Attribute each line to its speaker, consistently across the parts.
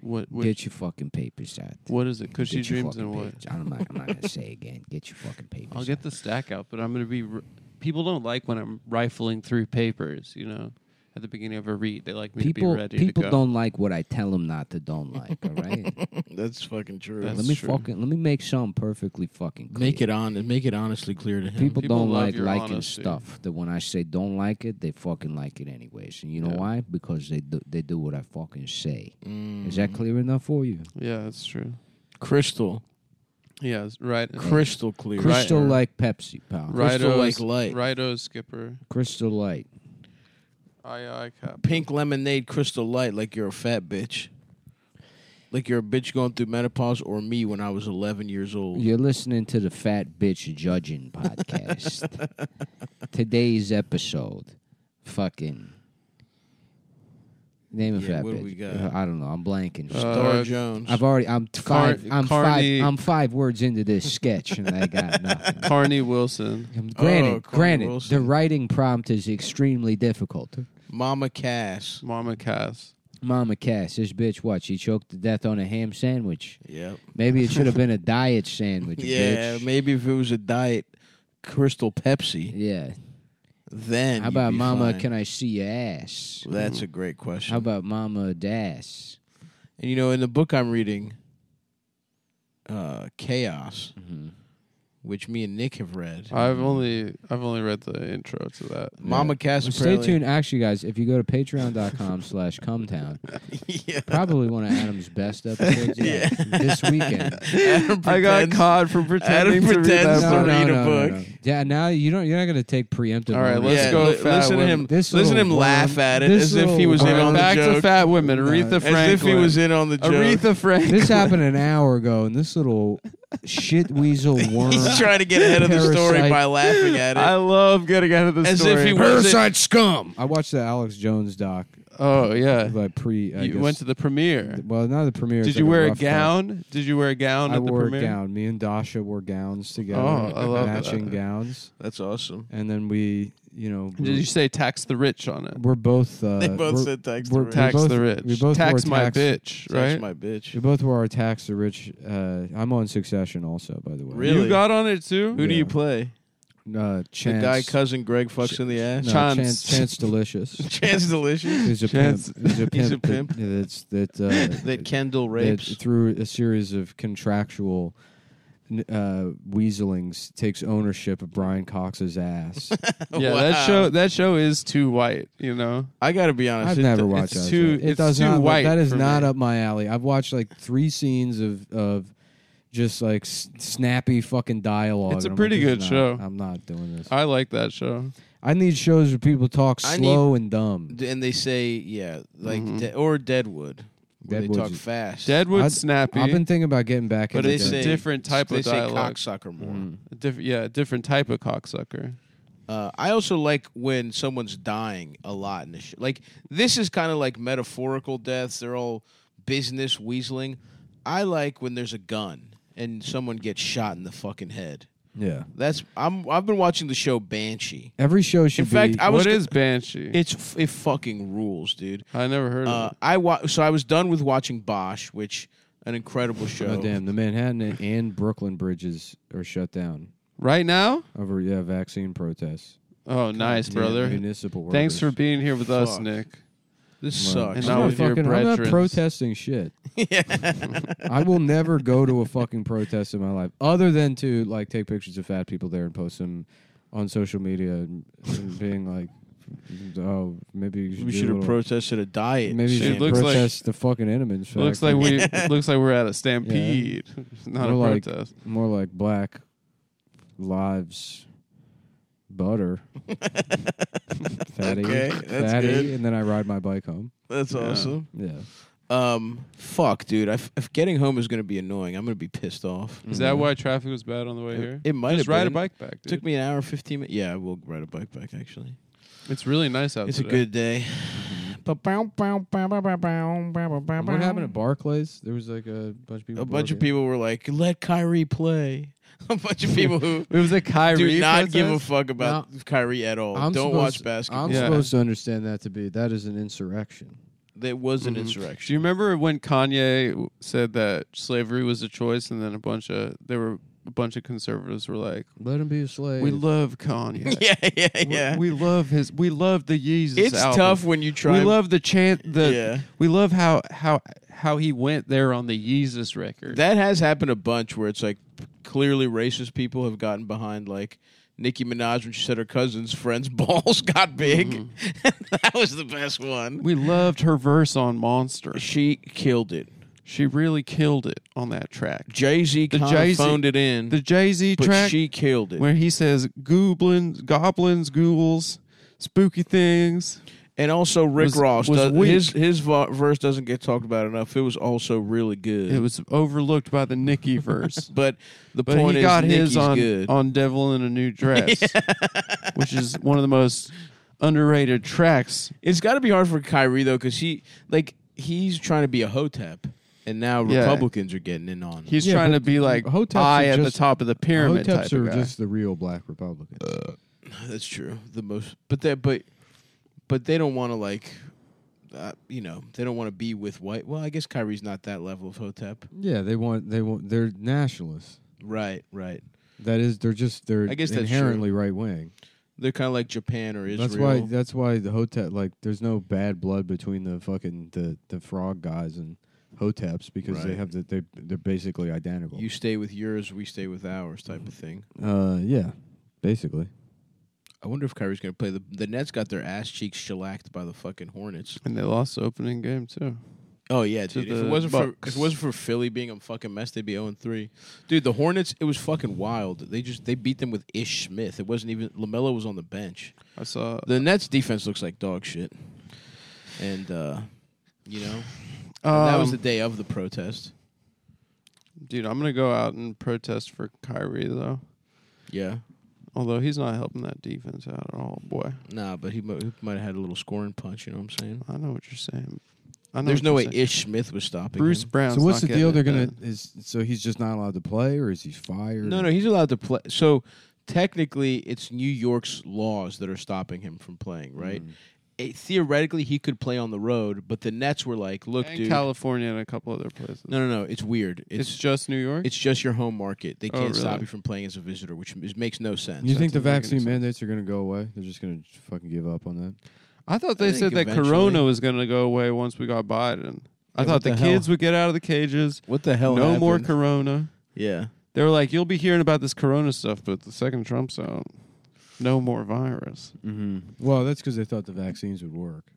Speaker 1: What? Which,
Speaker 2: Get your fucking papers out.
Speaker 1: what is it? Cushy
Speaker 2: Get your
Speaker 1: dreams and
Speaker 2: fucking
Speaker 1: what?
Speaker 2: papers. I'm not. I'm not gonna say again. Get your fucking papers.
Speaker 1: I'll get
Speaker 2: out.
Speaker 1: the stack out, but I'm going to be. r people don't like when I'm rifling through papers, you know, at the beginning of a read. They like me
Speaker 2: people.
Speaker 1: to be ready
Speaker 2: people
Speaker 1: to go.
Speaker 2: don't like what I tell them not to. Don't like. All right.
Speaker 3: That's fucking true.
Speaker 1: That's-
Speaker 2: let me
Speaker 1: true.
Speaker 2: fucking. Let me make something perfectly fucking. Clear.
Speaker 4: Make it on and make it honestly clear to him.
Speaker 2: People,
Speaker 1: People
Speaker 2: don't
Speaker 1: love
Speaker 2: like
Speaker 1: your
Speaker 2: liking
Speaker 1: honesty.
Speaker 2: stuff. That when I say don't like it, they fucking like it anyways. And you know
Speaker 1: Yeah.
Speaker 2: why? Because they do, they do what I fucking say.
Speaker 4: Mm.
Speaker 2: Is that
Speaker 1: Mm-hmm.
Speaker 2: clear enough for you?
Speaker 1: Yeah, that's true.
Speaker 4: crystal?
Speaker 1: Yeah, it's right.
Speaker 4: Crystal clear.
Speaker 2: Crystal like Pepsi, pal.
Speaker 1: Right.
Speaker 4: Crystal
Speaker 1: Righto's-
Speaker 4: like light.
Speaker 1: Righto, Skipper.
Speaker 2: Crystal Light.
Speaker 1: Aye, aye, Cap.
Speaker 4: Pink lemonade, crystal light, like you're a fat bitch. Like you're a bitch going through menopause, or me when I was 11 years old.
Speaker 2: You're listening to the Fat Bitch Judging Podcast. Today's episode, fucking name of
Speaker 4: Yeah,
Speaker 2: fat
Speaker 4: what do
Speaker 2: bitch.
Speaker 4: we got?
Speaker 2: Uh, I don't know. I'm blanking.
Speaker 4: Star
Speaker 1: Uh,
Speaker 4: Jones.
Speaker 2: I've already. I'm five. I'm
Speaker 1: Carney-
Speaker 2: five. I'm five words into this sketch, and I got nothing.
Speaker 1: Carney Wilson.
Speaker 2: Granted,
Speaker 4: Carney
Speaker 2: granted,
Speaker 4: uh, Wilson.
Speaker 2: the writing prompt is extremely difficult.
Speaker 4: Mama Cass.
Speaker 1: Mama Cass.
Speaker 2: Mama Cass, this bitch, what? She choked to death on a ham sandwich.
Speaker 4: Yep.
Speaker 2: Maybe it should have been a diet sandwich,
Speaker 4: Yeah,
Speaker 2: bitch.
Speaker 4: maybe if it was a diet Crystal Pepsi,
Speaker 2: Yeah.
Speaker 4: then
Speaker 2: How about Mama? Can I see your ass?
Speaker 4: That's a great question.
Speaker 2: How about Mama Das?
Speaker 4: and you know, in the book I'm reading, uh, Chaos,
Speaker 1: Mm-hmm.
Speaker 4: which me and Nick have read.
Speaker 1: I've only I've only read the intro to that.
Speaker 4: Mama Cass.
Speaker 2: Stay
Speaker 4: apparently-
Speaker 2: tuned. Actually, guys, if you go to patreon.com slash cumtown,
Speaker 4: yeah.
Speaker 2: probably one of Adam's best episodes yet. this weekend.
Speaker 4: Adam
Speaker 1: I got
Speaker 4: pretends-
Speaker 1: caught for pretending to read
Speaker 4: pretends
Speaker 1: that
Speaker 4: to
Speaker 1: book.
Speaker 4: read- a book.
Speaker 2: Yeah, now you don't you're not gonna take preemptive.
Speaker 1: All right,
Speaker 2: notice.
Speaker 1: Let's
Speaker 4: yeah,
Speaker 1: go
Speaker 4: li-
Speaker 1: fat
Speaker 4: listen to
Speaker 1: women.
Speaker 4: him.
Speaker 2: This
Speaker 4: listen to him
Speaker 2: little-
Speaker 4: laugh at it
Speaker 2: this
Speaker 4: as if he
Speaker 2: little-
Speaker 4: was
Speaker 1: All
Speaker 4: in
Speaker 1: right,
Speaker 4: on
Speaker 1: back
Speaker 4: the
Speaker 1: to
Speaker 4: joke.
Speaker 1: fat women. Aretha Franklin.
Speaker 4: as if he was in on the joke.
Speaker 1: Aretha Franklin.
Speaker 2: This happened an hour ago, and this little shit weasel worm.
Speaker 4: He's trying to get ahead of the story
Speaker 2: Parasite.
Speaker 4: by laughing at it.
Speaker 1: I love getting out of the
Speaker 4: As if
Speaker 1: story.
Speaker 4: he was- Parasite
Speaker 2: scum. I watched the Alex Jones doc
Speaker 1: Oh yeah.
Speaker 2: by pre. I
Speaker 1: you
Speaker 2: guess-
Speaker 1: went to the premiere.
Speaker 2: well, not the premiere.
Speaker 1: Did
Speaker 2: it's
Speaker 1: you
Speaker 2: like
Speaker 1: wear a
Speaker 2: rough
Speaker 1: gown? Did you wear a gown
Speaker 2: doc. I
Speaker 1: at the
Speaker 2: wore
Speaker 1: premiere?
Speaker 2: a gown. Me and Dasha wore gowns together,
Speaker 1: Oh, I love
Speaker 2: matching
Speaker 1: that.
Speaker 2: gowns,
Speaker 4: That's awesome.
Speaker 2: and then we, you know, we-
Speaker 1: Did you say tax the rich on it?
Speaker 2: we're both. Uh,
Speaker 4: They both
Speaker 2: we're,
Speaker 4: said tax the
Speaker 2: we're-
Speaker 4: rich.
Speaker 1: Tax
Speaker 2: we both-
Speaker 1: the rich.
Speaker 2: we both
Speaker 1: tax
Speaker 2: wore
Speaker 1: my
Speaker 2: tax-
Speaker 1: bitch, right?
Speaker 4: That's my bitch.
Speaker 2: We both wore our tax the rich. Uh, I'm on Succession also, by the way.
Speaker 4: Really?
Speaker 1: You got on it too?
Speaker 4: Who do
Speaker 2: Yeah.
Speaker 4: you play?
Speaker 2: Uh,
Speaker 4: The
Speaker 2: Chance.
Speaker 4: guy cousin Greg fucks in the ass.
Speaker 2: no,
Speaker 1: Chance.
Speaker 2: Chance. Chance Delicious.
Speaker 4: Chance Delicious.
Speaker 2: He's a
Speaker 1: Chance-
Speaker 2: pimp. He's a pimp.
Speaker 4: He's a
Speaker 2: That, that's, that, uh,
Speaker 4: that Kendall
Speaker 2: that
Speaker 4: rapes.
Speaker 2: through a series of contractual n- uh, weaselings takes ownership of Brian Cox's ass.
Speaker 1: Yeah,
Speaker 4: Wow.
Speaker 1: that show that show is too white, you know.
Speaker 4: I gotta be honest.
Speaker 2: I've
Speaker 4: it-
Speaker 2: never
Speaker 4: it-
Speaker 2: watched
Speaker 1: it's
Speaker 2: that
Speaker 1: too-
Speaker 2: show. It
Speaker 1: it's
Speaker 2: does
Speaker 1: too
Speaker 2: not. look-
Speaker 1: white
Speaker 2: that is
Speaker 1: for
Speaker 2: not
Speaker 1: me.
Speaker 2: up my alley. I've watched like three scenes of of just like s- snappy fucking dialogue.
Speaker 1: It's a
Speaker 2: and I'm like,
Speaker 1: pretty
Speaker 2: this
Speaker 1: good
Speaker 2: is
Speaker 1: show. Uh,
Speaker 2: not- I'm not doing this. I,
Speaker 1: I like that show.
Speaker 2: need shows where people talk
Speaker 4: I
Speaker 2: slow and dumb.
Speaker 4: And they say, yeah, like de- or Deadwood. Where they talk
Speaker 2: Deadwood's-
Speaker 4: fast.
Speaker 1: Mm-hmm. Deadwood
Speaker 2: I'd-
Speaker 1: snappy.
Speaker 2: I've been thinking about getting back
Speaker 1: But
Speaker 2: into
Speaker 4: They
Speaker 1: it's a
Speaker 2: that.
Speaker 4: say
Speaker 1: different type
Speaker 4: they
Speaker 1: of
Speaker 4: say
Speaker 1: dialogue. Mm.
Speaker 4: cocksucker more.
Speaker 1: A diff- yeah, a different type of cocksucker.
Speaker 4: Uh, I also like when someone's dying a lot in the show. Like this is kind of like metaphorical deaths. They're all business weaseling. I like when there's a gun and someone gets shot in the fucking head.
Speaker 2: yeah.
Speaker 4: That's I'm I've been watching the show Banshee.
Speaker 2: Every show should
Speaker 4: In fact,
Speaker 2: be.
Speaker 4: I was
Speaker 1: what is Banshee?
Speaker 4: It's f- it fucking rules, dude.
Speaker 1: I never heard
Speaker 4: Uh,
Speaker 1: of it.
Speaker 4: I wa- so I was done with watching Bosch, which an incredible show.
Speaker 2: Oh damn! The Manhattan and- and Brooklyn bridges are shut down
Speaker 1: Right now?
Speaker 2: over yeah vaccine protests.
Speaker 1: Oh, nice,
Speaker 2: Yeah,
Speaker 1: brother.
Speaker 2: Municipal. Orders.
Speaker 1: Thanks for being here with us,
Speaker 4: Fuck.
Speaker 1: Nick.
Speaker 4: This
Speaker 2: Right.
Speaker 4: sucks.
Speaker 1: And
Speaker 2: I'm
Speaker 1: now
Speaker 2: not
Speaker 1: with your
Speaker 2: fucking- I'm not
Speaker 1: brethrens.
Speaker 2: protesting shit. I will never go to a fucking protest in my life, other than to like take pictures of fat people there and post them on social media and, and being like, oh, maybe you should
Speaker 4: we
Speaker 2: do a
Speaker 4: should have
Speaker 2: little-
Speaker 4: protested a diet.
Speaker 2: Maybe you
Speaker 1: Shit,
Speaker 2: should
Speaker 1: looks like-
Speaker 2: protest the fucking Enemans. fact.
Speaker 1: Looks like we looks like we're at a stampede, not
Speaker 2: More
Speaker 1: a
Speaker 2: like-
Speaker 1: protest.
Speaker 2: more like black lives butter. fatty,
Speaker 4: Okay, that's
Speaker 2: fatty,
Speaker 4: good.
Speaker 2: and then I ride my bike home.
Speaker 4: That's awesome.
Speaker 2: Yeah,
Speaker 4: Um, fuck, dude. I f- if getting home is gonna be annoying, I'm gonna be pissed off.
Speaker 1: Is that why traffic was bad on the way Mm. here?
Speaker 4: mm-hmm. It might
Speaker 1: Just
Speaker 4: have
Speaker 1: ride a
Speaker 4: been.
Speaker 1: bike back,
Speaker 4: It
Speaker 1: dude.
Speaker 4: took me an hour and fifteen minutes. Yeah, I will ride a bike back. Actually,
Speaker 1: It's really nice out
Speaker 4: it's
Speaker 1: today.
Speaker 4: a good day.
Speaker 2: And what happened at Barclays? There was like a bunch of people.
Speaker 4: A bunch
Speaker 2: barking.
Speaker 4: of people were like, "Let Kyrie play." A bunch of people who
Speaker 1: It was a Kyrie.
Speaker 4: do not
Speaker 1: protest?
Speaker 4: give a fuck about Kyrie at all.
Speaker 2: I'm
Speaker 4: Don't
Speaker 2: supposed-
Speaker 4: watch basketball.
Speaker 2: I'm
Speaker 1: Yeah.
Speaker 2: supposed to understand that to be that is an insurrection.
Speaker 4: There was an
Speaker 1: Mhm. Do
Speaker 4: insurrection.
Speaker 1: you remember when Kanye w- said that slavery was a choice, and then a bunch of there were a bunch of conservatives were like,
Speaker 2: Let him be a slave.
Speaker 1: "We love Kanye.
Speaker 4: Yeah, yeah,
Speaker 1: We- We, love his. We love the Yeezus.
Speaker 4: it's
Speaker 1: album.
Speaker 4: tough when you try.
Speaker 1: We love the chant. The
Speaker 4: Yeah.
Speaker 1: we love how how how he went there on the Yeezus record.
Speaker 4: that has happened a bunch where it's like clearly racist people have gotten behind like Nicki Minaj when she said her cousin's friend's balls got big. that was the best one.
Speaker 1: we loved her verse on Monster.
Speaker 4: She killed it.
Speaker 1: She really killed it on that track.
Speaker 4: Jay Z
Speaker 1: The
Speaker 4: kind of
Speaker 1: Jay-Z
Speaker 4: phoned it in,
Speaker 1: The Jay Z
Speaker 4: but
Speaker 1: track
Speaker 4: she killed it.
Speaker 1: where he says goblins, goblins, ghouls, spooky things.
Speaker 4: And also Rick
Speaker 1: Was-
Speaker 4: Ross
Speaker 1: was
Speaker 4: does,
Speaker 1: weak.
Speaker 4: his his vo- verse doesn't get talked about enough. It was also really good.
Speaker 1: It was overlooked by the Nicki verse.
Speaker 4: but the
Speaker 1: But
Speaker 4: point
Speaker 1: he
Speaker 4: is,
Speaker 1: got
Speaker 4: Nicki's
Speaker 1: his on
Speaker 4: good.
Speaker 1: on Devil in a New Dress, which is one of the most underrated tracks.
Speaker 4: It's got to be hard for Kyrie though, because he like he's trying to be a hotep, and now
Speaker 1: Yeah.
Speaker 4: Republicans are getting in on. him.
Speaker 1: He's
Speaker 2: Yeah,
Speaker 1: trying to
Speaker 2: but
Speaker 1: be like
Speaker 2: Hoteps
Speaker 1: high
Speaker 2: are
Speaker 1: at the
Speaker 2: just-
Speaker 1: top of the pyramid
Speaker 2: Hoteps
Speaker 1: type of
Speaker 2: are
Speaker 1: guy.
Speaker 2: just the real black Republicans.
Speaker 4: That's true. The most, but that but but they don't want to like. Uh, you know they don't want to be with white. Well, I guess Kyrie's not that level of hotep.
Speaker 2: yeah, they want they want they're nationalists.
Speaker 4: Right, right.
Speaker 2: That is, they're just they're
Speaker 4: I guess that's
Speaker 2: inherently right wing.
Speaker 4: They're kind of like Japan or Israel.
Speaker 2: That's why that's why the Hotep like there's no bad blood between the fucking the, the frog guys and Hoteps because they
Speaker 4: Right.
Speaker 2: have the, they they're basically identical.
Speaker 4: you stay with yours, we stay with ours, type of thing.
Speaker 2: uh, yeah, basically.
Speaker 4: I wonder if Kyrie's going to play. The the Nets got their ass cheeks shellacked by the fucking Hornets.
Speaker 1: and they lost the opening game too.
Speaker 4: Oh yeah,
Speaker 1: To
Speaker 4: dude. If
Speaker 1: the
Speaker 4: it wasn't for
Speaker 1: Bucks.
Speaker 4: if it wasn't for Philly being a fucking mess, they'd be 0 3. Dude, the Hornets, it was fucking wild. They just they beat them with Ish Smith. It wasn't even Lamelo was on the bench.
Speaker 1: I saw.
Speaker 4: The Nets defense looks like dog shit. And uh you know, that was
Speaker 1: Um,
Speaker 4: the day of the protest.
Speaker 1: dude. I'm gonna go out and protest for Kyrie though.
Speaker 4: Yeah.
Speaker 1: Although he's not helping that defense out at all, boy.
Speaker 4: Nah, but he might, he might have had a little scoring punch, you know what I'm saying?
Speaker 1: I know what you're saying. I know
Speaker 4: There's
Speaker 1: what
Speaker 4: no
Speaker 1: you're
Speaker 4: way
Speaker 1: saying.
Speaker 4: Ish Smith was stopping
Speaker 1: Bruce
Speaker 4: him.
Speaker 1: Brown.
Speaker 2: so what's the deal? They're gonna is so he's just not allowed to play or is he fired?
Speaker 4: No, no, he's allowed to play. So technically, it's New York's laws that are stopping him from playing, right? It- theoretically, he could play on the road, but the Nets were like, "Look,
Speaker 1: in
Speaker 4: dude,
Speaker 1: California and a couple other places.
Speaker 4: no, no, no, it's weird.
Speaker 1: it's,
Speaker 4: It's
Speaker 1: just New York.
Speaker 4: it's just your home market. They
Speaker 1: Oh,
Speaker 4: can't stop
Speaker 1: really?
Speaker 4: you from playing as a visitor, which is, makes no sense."
Speaker 2: You think the
Speaker 1: doesn't make any
Speaker 2: vaccine
Speaker 1: sense.
Speaker 2: mandates are gonna go away? They're just gonna fucking give up on that.
Speaker 1: I thought
Speaker 4: I
Speaker 1: they
Speaker 4: think
Speaker 1: said that
Speaker 4: eventually-
Speaker 1: Corona was going to go away once we got Biden. I
Speaker 4: Yeah, what
Speaker 1: thought the,
Speaker 4: the hell?
Speaker 1: kids would get out of the cages.
Speaker 4: what the hell?
Speaker 1: no more
Speaker 4: happened?
Speaker 1: Corona.
Speaker 4: yeah,
Speaker 1: They were like, "You'll be hearing about this Corona stuff, but the second Trump's out, no more virus."
Speaker 2: Mm-hmm. Well, that's because they thought the vaccines would work.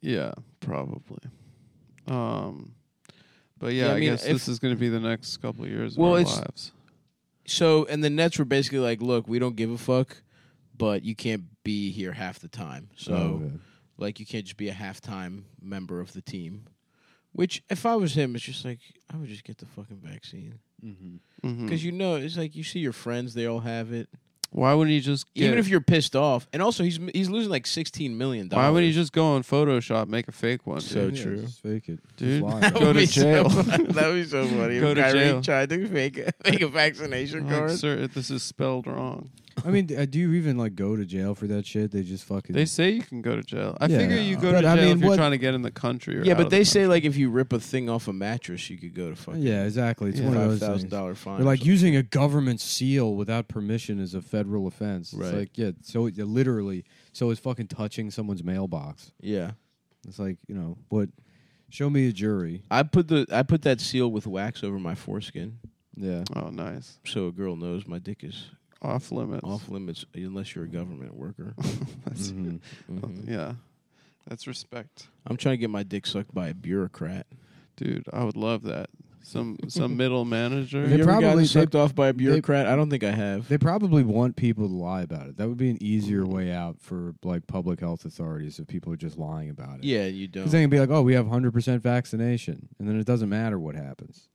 Speaker 1: Yeah, probably. Um, but yeah,
Speaker 4: Yeah, I
Speaker 1: I,
Speaker 4: mean,
Speaker 1: guess
Speaker 4: if-
Speaker 1: this is going to be the next couple of years
Speaker 4: Well,
Speaker 1: of our
Speaker 4: it's-
Speaker 1: lives.
Speaker 4: So, and the Nets were basically like, "Look, we don't give a fuck, but you can't be here half the time." So.
Speaker 2: Oh,
Speaker 4: Like you can't just be a halftime member of the team. Which, if I was him, it's just like I would just get the fucking vaccine
Speaker 2: mm-hmm.
Speaker 1: Mhm.
Speaker 4: because you know it's like you see your friends; they all have it.
Speaker 1: Why wouldn't he just get,
Speaker 4: Even if you're pissed off, and also he's he's losing like sixteen million dollars.
Speaker 1: Why would he just go on Photoshop, make a fake one?
Speaker 4: So
Speaker 1: dude?
Speaker 4: Yeah, true. just
Speaker 2: fake it,
Speaker 1: Dude.
Speaker 4: That
Speaker 1: go
Speaker 4: would
Speaker 1: to
Speaker 4: be so
Speaker 1: jail?
Speaker 4: funny. that would be so funny.
Speaker 1: Go
Speaker 4: if
Speaker 1: to
Speaker 4: Kyrie
Speaker 1: jail.
Speaker 4: tried to make a, make a vaccination
Speaker 1: Like,
Speaker 4: card.
Speaker 1: sir, this is spelled wrong.
Speaker 2: I mean, d- uh, do you even like go to jail for that shit? They just fucking.
Speaker 1: They say you can go to jail. I
Speaker 2: Yeah.
Speaker 1: figure you go to
Speaker 2: But
Speaker 1: jail
Speaker 2: I mean,
Speaker 1: if you're
Speaker 2: what-
Speaker 1: trying to get in the country. Or
Speaker 4: yeah,
Speaker 1: out
Speaker 4: but
Speaker 1: of the
Speaker 4: they
Speaker 1: country.
Speaker 4: say like if you rip a thing off a mattress, you could go to fucking
Speaker 2: yeah, exactly. It's
Speaker 1: Yeah.
Speaker 2: one of
Speaker 4: five
Speaker 2: those
Speaker 4: thousand
Speaker 2: things.
Speaker 4: dollar fine.
Speaker 2: They're
Speaker 4: or
Speaker 2: like
Speaker 4: something.
Speaker 2: using a government seal without permission is a federal offense. It's
Speaker 4: Right.
Speaker 2: like yeah, so it, literally, so it's fucking touching someone's mailbox.
Speaker 4: yeah.
Speaker 2: It's like you know what? Show me a jury.
Speaker 4: I put the I put that seal with wax over my foreskin.
Speaker 2: Yeah.
Speaker 1: Oh, nice.
Speaker 4: so a girl knows my dick is
Speaker 1: Off limits.
Speaker 4: off limits unless you're a government worker.
Speaker 1: That's-
Speaker 2: Mhm.
Speaker 4: Mhm.
Speaker 1: Yeah. That's respect.
Speaker 4: I'm trying to get my dick sucked by a bureaucrat.
Speaker 1: Dude, I would love that. Some some middle manager.
Speaker 2: They
Speaker 4: Have you ever
Speaker 2: probably-
Speaker 4: gotten
Speaker 2: they-
Speaker 4: sucked off by a bureaucrat? I don't think I have.
Speaker 2: They probably want people to lie about it. That would be an easier way out for like public health authorities if people are just lying about it.
Speaker 4: yeah, you don't.
Speaker 2: Because they can be like, oh, we have 100% vaccination. And then it doesn't matter what happens.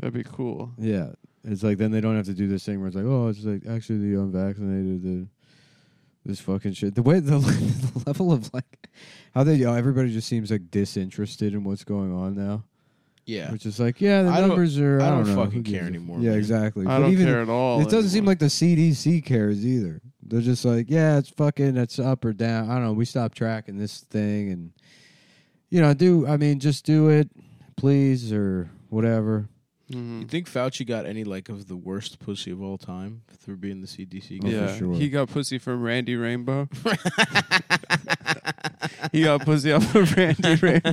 Speaker 1: That'd be cool.
Speaker 2: Yeah. It's like, then they don't have to do this thing where it's like, oh, it's like actually the unvaccinated, the, this fucking shit. The way, the, the level of like, how they, oh, everybody just seems like disinterested in what's going on now.
Speaker 4: yeah,
Speaker 2: Which is like, yeah, the
Speaker 4: I don't-
Speaker 2: numbers are,
Speaker 4: I
Speaker 2: I
Speaker 4: don't
Speaker 2: don't, know,
Speaker 4: fucking
Speaker 2: who gives
Speaker 4: care
Speaker 2: a-
Speaker 4: anymore,
Speaker 2: Yeah,
Speaker 4: man.
Speaker 2: exactly.
Speaker 1: I
Speaker 2: But
Speaker 1: don't
Speaker 2: even-
Speaker 1: care at all.
Speaker 2: It doesn't seem
Speaker 1: anymore.
Speaker 2: like the CDC cares either. They're just like, yeah, it's fucking, it's up or down. I don't know. We stopped tracking this thing, and you know, do I mean just do it, please, or whatever.
Speaker 1: Mhm.
Speaker 2: Hmm.
Speaker 4: You think Fauci got any like of the worst pussy of all time through being the
Speaker 2: Oh,
Speaker 4: CDC? guy?
Speaker 2: for
Speaker 1: yeah,
Speaker 2: sure.
Speaker 1: he got pussy from Randy Rainbow. he got pussy off of Randy Rainbow.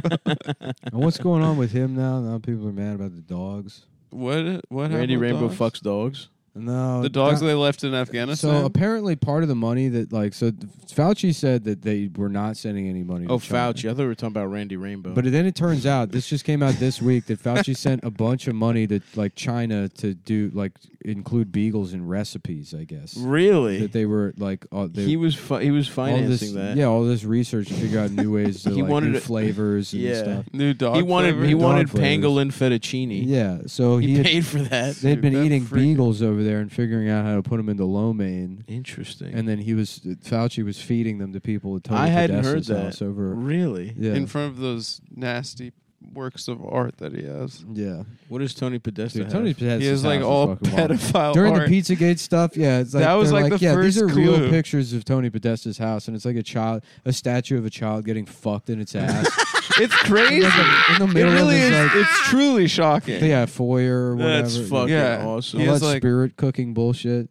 Speaker 2: and what's going on with him now? Now people are mad about the dogs.
Speaker 1: What? What?
Speaker 4: Randy
Speaker 1: happened with
Speaker 4: Rainbow
Speaker 1: dogs?
Speaker 4: fucks dogs.
Speaker 2: No,
Speaker 1: the dogs
Speaker 2: not-
Speaker 1: they left in
Speaker 2: So
Speaker 1: Afghanistan.
Speaker 2: apparently, part of the money that like so Fauci said that they were not sending any money.
Speaker 4: Oh,
Speaker 2: to China.
Speaker 4: Fauci. I thought we were talking about Randy Rainbow.
Speaker 2: But then it turns out this just came out this week that Fauci sent a bunch of money to like China to do like include beagles in recipes. I guess
Speaker 4: really,
Speaker 2: that they were like all, they,
Speaker 4: he was fi- he was
Speaker 2: all
Speaker 4: financing
Speaker 2: this
Speaker 4: that.
Speaker 2: yeah all this research to figure out new ways to
Speaker 4: He
Speaker 2: like
Speaker 4: wanted
Speaker 2: new
Speaker 4: to-
Speaker 2: flavors and
Speaker 4: Yeah.
Speaker 2: stuff.
Speaker 1: New dog.
Speaker 4: he wanted
Speaker 1: flavor?
Speaker 4: he
Speaker 2: Dog
Speaker 4: wanted
Speaker 2: flavors.
Speaker 4: pangolin fettuccine.
Speaker 2: Yeah, so
Speaker 4: he,
Speaker 2: he had,
Speaker 4: paid for that.
Speaker 2: they'd been
Speaker 1: Dude, that
Speaker 2: eating
Speaker 1: freaking-
Speaker 2: beagles over there and figuring out how to put them into lo mein.
Speaker 4: Interesting.
Speaker 2: And then he was Fauci was feeding them to people at Tony
Speaker 4: I hadn't
Speaker 2: Podesta's
Speaker 4: heard that.
Speaker 2: house over.
Speaker 4: really,
Speaker 2: Yeah,
Speaker 1: in front of those nasty works of art that he has.
Speaker 2: yeah.
Speaker 4: what does Tony Podesta?
Speaker 2: Dude,
Speaker 4: have?
Speaker 2: Tony Podesta's
Speaker 1: He is like
Speaker 2: house
Speaker 1: all
Speaker 2: fucking wild.
Speaker 1: pedophile
Speaker 2: during
Speaker 1: art.
Speaker 2: the PizzaGate stuff. Yeah, it's like
Speaker 1: That was
Speaker 2: they're
Speaker 1: like the
Speaker 2: yeah, these are
Speaker 1: first
Speaker 2: real
Speaker 1: clue.
Speaker 2: pictures of Tony Podesta's house, and it's like a child, a statue of a child getting fucked in its ass
Speaker 1: it's crazy.
Speaker 2: in the
Speaker 1: It
Speaker 2: middle
Speaker 1: really
Speaker 2: of
Speaker 1: is.
Speaker 2: this like
Speaker 1: it's truly shocking.
Speaker 2: yeah foyer or whatever.
Speaker 4: That's
Speaker 2: you know,
Speaker 4: fucking
Speaker 1: Yeah.
Speaker 4: awesome.
Speaker 2: all
Speaker 1: He
Speaker 2: that
Speaker 1: is like-
Speaker 2: spirit cooking bullshit.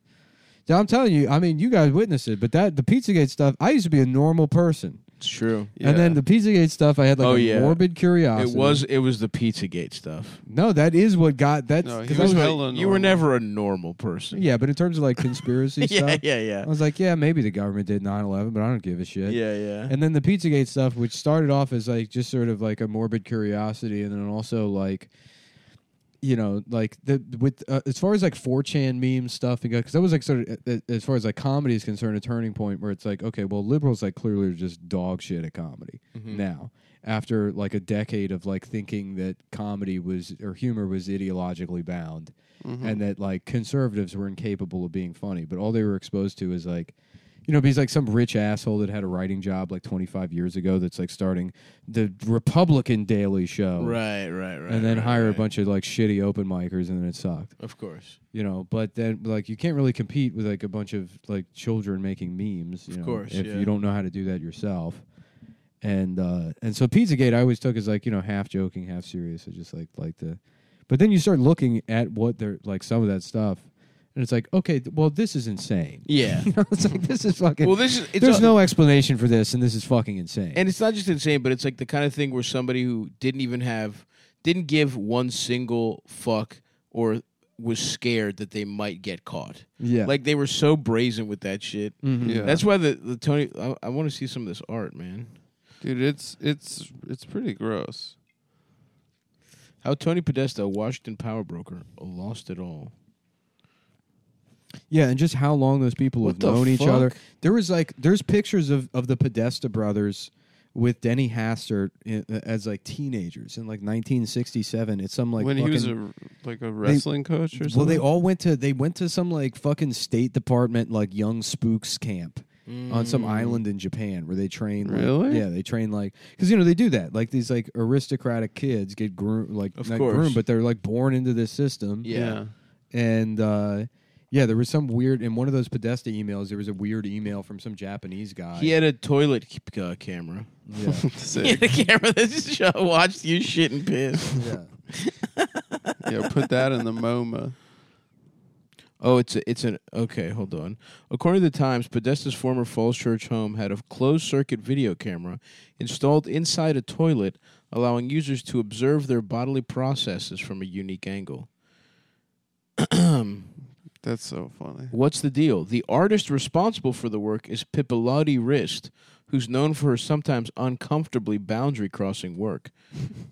Speaker 2: Yeah, I'm telling you, I mean, you guys witnessed it, but that the PizzaGate stuff, I used to be a normal person,
Speaker 4: It's true.
Speaker 2: and then the PizzaGate stuff, I had like
Speaker 4: Oh,
Speaker 2: a
Speaker 4: yeah.
Speaker 2: morbid curiosity.
Speaker 4: It was it was the PizzaGate stuff.
Speaker 2: no, that is what got that.
Speaker 1: No, he
Speaker 2: because I
Speaker 1: was
Speaker 2: was-
Speaker 1: hella
Speaker 4: you were
Speaker 1: normal.
Speaker 4: never a normal person.
Speaker 2: yeah, but in terms of like conspiracy
Speaker 4: yeah,
Speaker 2: stuff,
Speaker 4: yeah,
Speaker 2: I
Speaker 4: yeah,
Speaker 2: was like, yeah, maybe the government did 9/11, but I don't give a shit.
Speaker 4: yeah, yeah.
Speaker 2: And then the Pizzagate stuff, which started off as like just sort of like a morbid curiosity, and then also like, you know, like the with uh, as far as like 4chan meme stuff and because that was like sort of uh, as far as like comedy is concerned, a turning point where it's like, okay, well, liberals like clearly are just dog shit at comedy now after like a decade of like thinking that comedy was or humor was ideologically bound
Speaker 4: Mm-hmm.
Speaker 2: and that like conservatives were incapable of being funny, but all they were exposed to is like, you know, he's like some rich asshole that had a writing job like 25 years ago that's like starting the Republican Daily Show,
Speaker 4: Right, right, right.
Speaker 2: and then
Speaker 4: right,
Speaker 2: hire
Speaker 4: right.
Speaker 2: a bunch of like shitty open micers, and then it sucked,
Speaker 4: Of course,
Speaker 2: you know. But then like you can't really compete with like a bunch of like children making memes, you
Speaker 4: Of
Speaker 2: know,
Speaker 4: course,
Speaker 2: if
Speaker 4: yeah.
Speaker 2: you don't know how to do that yourself. And uh, and so Pizzagate I always took as like you know half joking, half serious. I just like like the but then you start looking at what they're like some of that stuff, and it's like, okay, th- well, this is insane.
Speaker 4: yeah.
Speaker 2: You know, it's like this is fucking.
Speaker 4: well, this is it's
Speaker 2: there's
Speaker 4: a-
Speaker 2: no explanation for this, and this is fucking insane.
Speaker 4: and it's not just insane, but it's like the kind of thing where somebody who didn't even have, didn't give one single fuck, or was scared that they might get caught.
Speaker 2: yeah,
Speaker 4: Like they were so brazen with that shit.
Speaker 2: Mhm.
Speaker 1: Yeah.
Speaker 4: That's why the, the Tony. I, I want to see some of this art, man.
Speaker 1: dude. It's it's it's pretty gross.
Speaker 4: How Tony Podesta, a Washington power broker, lost it all.
Speaker 2: yeah, and just how long those people
Speaker 4: What
Speaker 2: have
Speaker 4: the
Speaker 2: known each other.
Speaker 4: fuck?
Speaker 2: There was like, there's pictures of of the Podesta brothers with Denny Hastert in, uh, as like teenagers in like 1967. It's some like
Speaker 1: when he was
Speaker 2: fucking-
Speaker 1: a like a wrestling coach or something.
Speaker 2: Well, they all went to they went to some like fucking State Department like young spooks camp on
Speaker 4: Mm.
Speaker 2: some island in Japan where they train. Like,
Speaker 1: Mm. Really?
Speaker 2: Yeah, they train like because you know they do that. Like these like aristocratic kids get groomed like
Speaker 4: Of
Speaker 2: not
Speaker 4: course.
Speaker 2: groomed, but they're like born into this system.
Speaker 4: Yeah.
Speaker 2: and. uh yeah, there was some weird in one of those Podesta emails. There was a weird email from some Japanese guy.
Speaker 4: He had a toilet c- uh, camera.
Speaker 2: yeah,
Speaker 4: He
Speaker 1: Sick.
Speaker 4: had a camera that just show, watched you shit and piss.
Speaker 2: yeah.
Speaker 1: yeah, put that in the MoMA.
Speaker 4: Oh, it's a, it's an okay. Hold on. According to the Times, Podesta's former Falls Church home had a closed circuit video camera installed inside a toilet, allowing users to observe their bodily processes from a unique angle.
Speaker 1: That's so funny.
Speaker 4: What's the deal? The artist responsible for the work is Pippilotti Wrist, who's known for her sometimes uncomfortably boundary crossing work.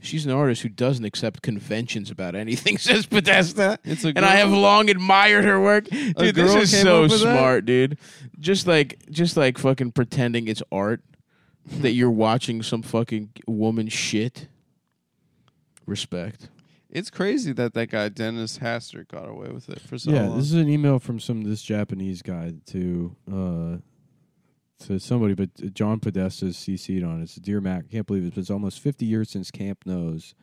Speaker 4: She's an artist who doesn't accept conventions about anything, says Podesta.
Speaker 1: It's a
Speaker 4: and I
Speaker 1: girl-
Speaker 4: have long admired her work. Dude, this
Speaker 1: girl
Speaker 4: is
Speaker 1: came
Speaker 4: so
Speaker 1: up with that?
Speaker 4: smart, dude. Just like just like fucking pretending it's art that you're watching some fucking woman shit. Respect.
Speaker 1: It's crazy that that guy Dennis Hastert got away with it for so uh,
Speaker 2: yeah,
Speaker 1: long.
Speaker 2: this is an email from some this Japanese guy to uh to somebody, but uh, John Podesta is CC'd on it. It's dear Mac, can't believe it, but it's almost fifty years since Camp Knows.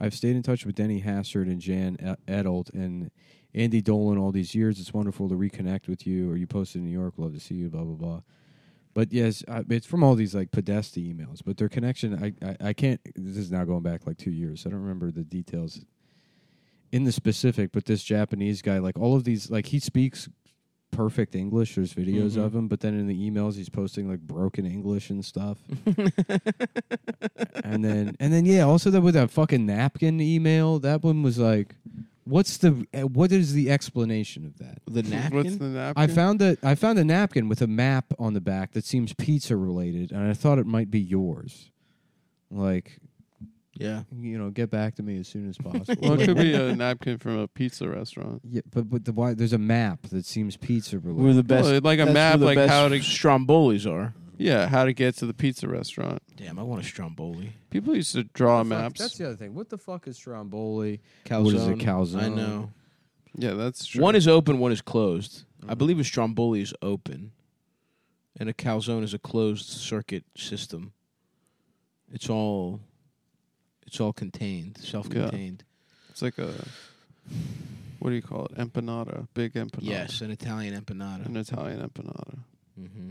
Speaker 2: I've stayed in touch with Denny Hassard and Jan E- Edelt and Andy Dolan all these years. It's wonderful to reconnect with you. Or you posted in New York, love to see you. Blah blah blah. But yes, I, it's from all these like Podesta emails. But their connection, I, I, I can't. This is now going back like two years. I don't remember the details in the specific. But this Japanese guy, like all of these, like he speaks perfect English. There's videos
Speaker 4: Mhm.
Speaker 2: of him, but then in the emails, he's posting like broken English and stuff. and then and then yeah, also that with that fucking napkin email. That one was like, what's the eh, what is the explanation of that?
Speaker 4: The napkin.
Speaker 1: What's the napkin?
Speaker 2: I found a I found a napkin with a map on the back that seems pizza related, and I thought it might be yours. Like
Speaker 4: yeah.
Speaker 2: you know, get back to me as soon as possible.
Speaker 1: Well, it could be a napkin from a pizza restaurant.
Speaker 2: yeah, but but the why there's a map that seems pizza
Speaker 3: We're
Speaker 2: related.
Speaker 3: the best.
Speaker 1: Well, like a
Speaker 3: that's where
Speaker 1: map,
Speaker 3: the
Speaker 1: like
Speaker 3: best
Speaker 1: how to
Speaker 4: Strombolis are.
Speaker 1: yeah, how to get to the pizza restaurant.
Speaker 4: Damn, I want a stromboli.
Speaker 1: People used to draw maps.
Speaker 2: That's the other thing. What the fuck is stromboli?
Speaker 4: Calzone.
Speaker 2: What is a calzone?
Speaker 4: I know.
Speaker 1: yeah, that's true.
Speaker 4: One is open, one is closed. I believe a stromboli is open, and a calzone is a closed circuit system. It's all, it's all contained, self-contained.
Speaker 1: it's like a what do you call it? Empanada, big empanada.
Speaker 4: Yes, an Italian empanada.
Speaker 1: an Italian empanada.
Speaker 4: Mm-hmm.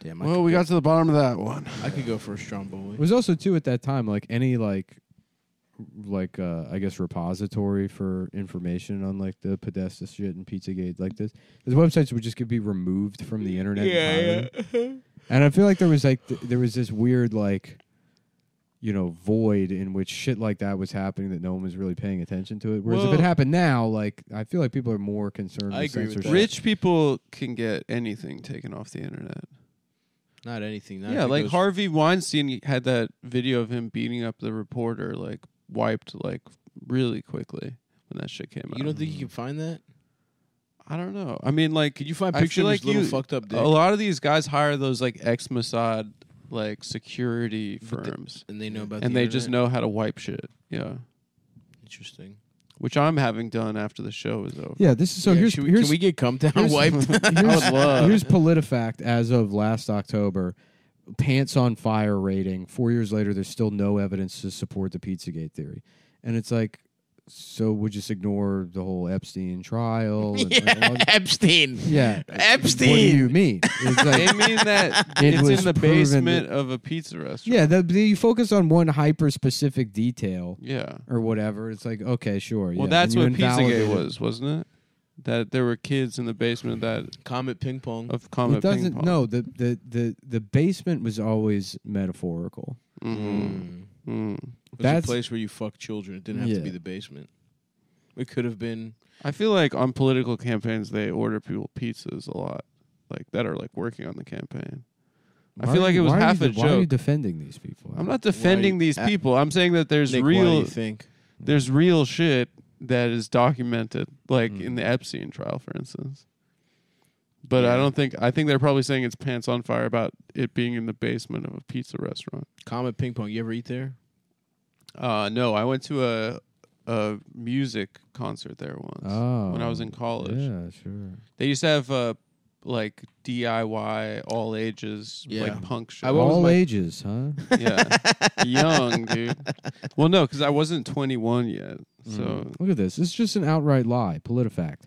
Speaker 4: Damn, I
Speaker 1: Well,
Speaker 4: could
Speaker 1: we
Speaker 4: go,
Speaker 1: got to the bottom of that one.
Speaker 4: I could go for a
Speaker 2: It
Speaker 4: stromboli.
Speaker 2: was also too at that time like any like like uh I guess repository for information on like the Podesta shit and Pizzagate like this. Those websites would just could be removed from the internet entirely. And I feel like there was like th- there was this weird like you know void in which shit like that was happening that no one was really paying attention to it. Whereas if
Speaker 1: Well-
Speaker 2: it happened now, like I feel like people are more concerned.
Speaker 4: I
Speaker 2: with
Speaker 4: agree with
Speaker 2: censorship.
Speaker 4: that.
Speaker 1: Rich people can get anything taken off the internet.
Speaker 4: Not anything. Not
Speaker 1: yeah,
Speaker 4: if it
Speaker 1: like
Speaker 4: goes-
Speaker 1: Harvey Weinstein had that video of him beating up the reporter, like wiped like really quickly when that shit came out.
Speaker 4: You don't think you can find that?
Speaker 1: I don't know. I mean, like,
Speaker 4: Could you find
Speaker 1: I feel
Speaker 4: pictures of
Speaker 1: like
Speaker 4: his little
Speaker 1: you-
Speaker 4: fucked up dick?
Speaker 1: a lot of these guys hire those like ex Mossad like security
Speaker 4: But the-
Speaker 1: firms,
Speaker 4: and they know about.
Speaker 1: and
Speaker 4: the
Speaker 1: they just
Speaker 4: internet?
Speaker 1: know how to wipe shit. Yeah,
Speaker 4: Interesting.
Speaker 1: which I'm having done after the show is over.
Speaker 2: Yeah, this is so
Speaker 4: Yeah,
Speaker 2: here's
Speaker 4: should we,
Speaker 2: here's
Speaker 4: can we get cum down
Speaker 2: here's-
Speaker 4: wiped?
Speaker 2: Here's,
Speaker 1: love.
Speaker 2: here's PolitiFact as of last October. Pants on fire rating. Four years later, there's still no evidence to support the Pizzagate theory. And it's like, so would just ignore the whole Epstein trial? And like all the-
Speaker 4: Epstein.
Speaker 2: yeah.
Speaker 4: Epstein.
Speaker 2: What do you mean? It's
Speaker 1: they
Speaker 2: like,
Speaker 1: mean that
Speaker 2: It
Speaker 1: it's
Speaker 2: was
Speaker 1: in the
Speaker 2: proven
Speaker 1: basement of a pizza restaurant.
Speaker 2: yeah, that, you focus on one hyper specific detail
Speaker 1: Yeah.
Speaker 2: or whatever. It's like, okay, sure.
Speaker 1: Well,
Speaker 2: yeah.
Speaker 1: that's
Speaker 2: And
Speaker 1: what
Speaker 2: you invalidate
Speaker 1: Pizzagate
Speaker 2: it.
Speaker 1: was, wasn't it? That there were kids in the basement that
Speaker 4: Comet ping pong.
Speaker 1: of
Speaker 2: It
Speaker 1: Comet Ping
Speaker 2: doesn't.
Speaker 1: Pong.
Speaker 2: No, the, the, the, the basement was always metaphorical.
Speaker 1: Mm-hmm.
Speaker 4: Mm. That's
Speaker 2: Mm. That's-
Speaker 4: a place where you fuck children. It didn't have to
Speaker 2: Yeah.
Speaker 4: be the basement. It could have been.
Speaker 1: I feel like on political campaigns they order people pizzas a lot, like that are like working on the campaign. I
Speaker 2: Why
Speaker 1: feel
Speaker 2: are
Speaker 1: like
Speaker 2: you-
Speaker 1: it was
Speaker 2: why are you
Speaker 1: half
Speaker 2: de-
Speaker 1: a
Speaker 2: Why are you
Speaker 1: joke.
Speaker 2: defending these people?
Speaker 1: I'm not defending these
Speaker 4: uh,
Speaker 1: people. I'm saying that there's
Speaker 4: Nick, Why do
Speaker 1: real
Speaker 4: you think?
Speaker 1: there's real shit that is documented, like
Speaker 2: Mm.
Speaker 1: in the Epstein trial, for instance. But
Speaker 4: Yeah.
Speaker 1: I don't think I think they're probably saying it's pants on fire about it being in the basement of a pizza restaurant.
Speaker 4: Comet ping pong. You ever eat there?
Speaker 1: Uh, no, I went to a a music concert there once
Speaker 2: Oh,
Speaker 1: when I was in college.
Speaker 2: Yeah, sure.
Speaker 1: They used to have uh, like DIY all ages
Speaker 4: Yeah.
Speaker 1: like punk show.
Speaker 4: I What was
Speaker 2: All
Speaker 4: my-
Speaker 2: ages, huh?
Speaker 1: yeah, young dude. Well, no, because I wasn't 21 yet, so
Speaker 2: Mm-hmm. Look at this. This is just an outright lie. PolitiFact.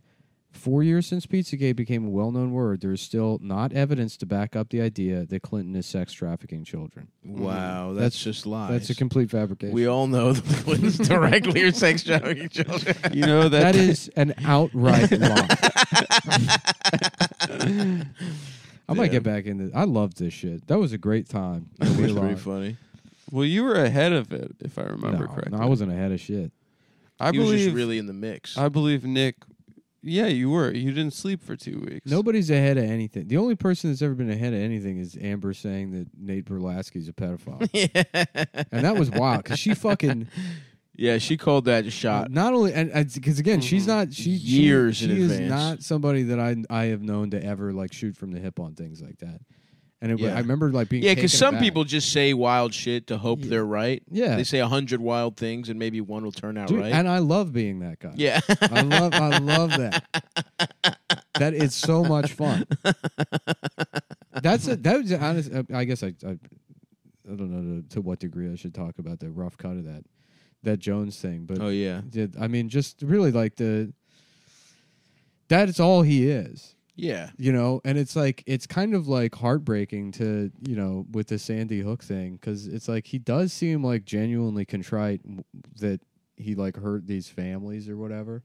Speaker 2: Four years since Pizzagate became a well-known word, there is still not evidence to back up the idea that Clinton is sex trafficking children.
Speaker 4: Wow, that's,
Speaker 2: Mm-hmm. That's-
Speaker 4: just lies.
Speaker 2: That's a complete fabrication.
Speaker 4: we all know that the Clintons directly are sex trafficking children.
Speaker 1: you know that,
Speaker 2: that is an outright lie. I might get back into. I love this shit. That was a great time.
Speaker 4: That was
Speaker 2: We
Speaker 4: pretty
Speaker 2: lied.
Speaker 4: funny.
Speaker 1: Well, you were ahead of it, if I remember
Speaker 2: No,
Speaker 1: correctly.
Speaker 2: no, I wasn't ahead of shit.
Speaker 1: I
Speaker 4: he
Speaker 1: believe.
Speaker 4: was just really in the mix.
Speaker 1: I believe Nick. Yeah, you were. You didn't sleep for two weeks.
Speaker 2: Nobody's ahead of anything. The only person that's ever been ahead of anything is Amber saying that Nate Berlasky's a pedophile. And that was wild because she fucking
Speaker 4: yeah, she called that a shot. Mm-hmm.
Speaker 2: not only and because again she's not she she-
Speaker 4: Years
Speaker 2: she,
Speaker 4: in
Speaker 2: is
Speaker 4: advance.
Speaker 2: not somebody that I I have known to ever like shoot from the hip on things like that. And it,
Speaker 4: Yeah.
Speaker 2: I remember like being
Speaker 4: Yeah, because
Speaker 2: taken
Speaker 4: some
Speaker 2: aback.
Speaker 4: people just say wild shit to hope they're right.
Speaker 2: Yeah.
Speaker 4: They say a hundred wild things and maybe one will turn out
Speaker 2: Dude,
Speaker 4: right.
Speaker 2: and I love being that guy.
Speaker 4: yeah.
Speaker 2: I love I love that. That it's so much fun. That's a, that was honest. uh, I guess I I, I don't know to, to what degree I should talk about the rough cut of that that Jones thing, but
Speaker 4: oh yeah.
Speaker 2: did I mean just really like the that is all he is.
Speaker 4: Yeah.
Speaker 2: you know and it's like it's kind of like heartbreaking to you know with the sandy hook thing because it's like he does seem like genuinely contrite w- that he like hurt these families or whatever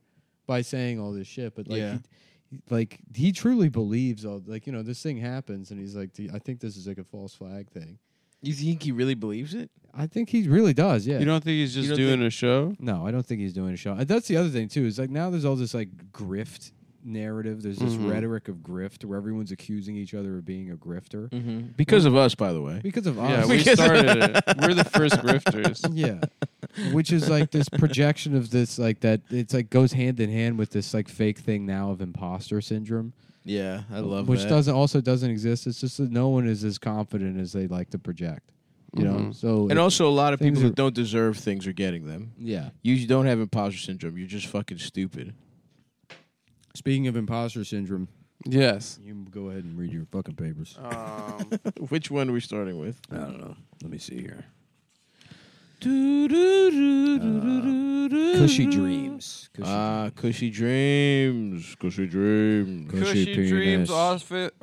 Speaker 2: by saying all this shit but like
Speaker 4: Yeah.
Speaker 2: he, he- like he truly believes all like you know this thing happens and he's like "Do you- i think this is like a false flag thing
Speaker 4: You think he really believes it?
Speaker 2: i think he really does yeah
Speaker 1: You don't think he's just
Speaker 4: don't
Speaker 1: doing a show?
Speaker 2: no, I don't think he's doing a show. Uh, That's the other thing too. Is like now there's all this like grift narrative. There's this
Speaker 1: Mhm.
Speaker 2: rhetoric of grift where everyone's accusing each other of being a grifter
Speaker 4: Mm-hmm. Because of us, by the way.
Speaker 2: because of
Speaker 1: Yeah,
Speaker 2: us.
Speaker 1: we
Speaker 4: Because-
Speaker 1: started it. We're the first grifters.
Speaker 2: yeah, which is like this projection of this like that. It's like goes hand in hand with this like fake thing now of imposter syndrome,
Speaker 4: Yeah, I love
Speaker 2: which
Speaker 4: that.
Speaker 2: doesn't also doesn't exist. It's just that no one is as confident as they like to project. You know,
Speaker 1: Mhm.
Speaker 2: so it-
Speaker 4: and also, a lot of
Speaker 2: Things
Speaker 4: people
Speaker 2: are-
Speaker 4: that don't deserve things are getting them.
Speaker 2: yeah.
Speaker 4: You don't have imposter syndrome. You're just fucking stupid.
Speaker 2: Speaking of imposter syndrome,
Speaker 1: Yes.
Speaker 2: you go ahead and read your fucking papers.
Speaker 1: Um,
Speaker 4: Which one are we starting with?
Speaker 2: I don't know. Let me see here. Cushy
Speaker 1: Mm-hmm.
Speaker 2: dreams. Cushy
Speaker 4: Ah, cushy dreams. Cushy dreams.
Speaker 2: Cushy Cushy penis. dreams,
Speaker 1: outfit.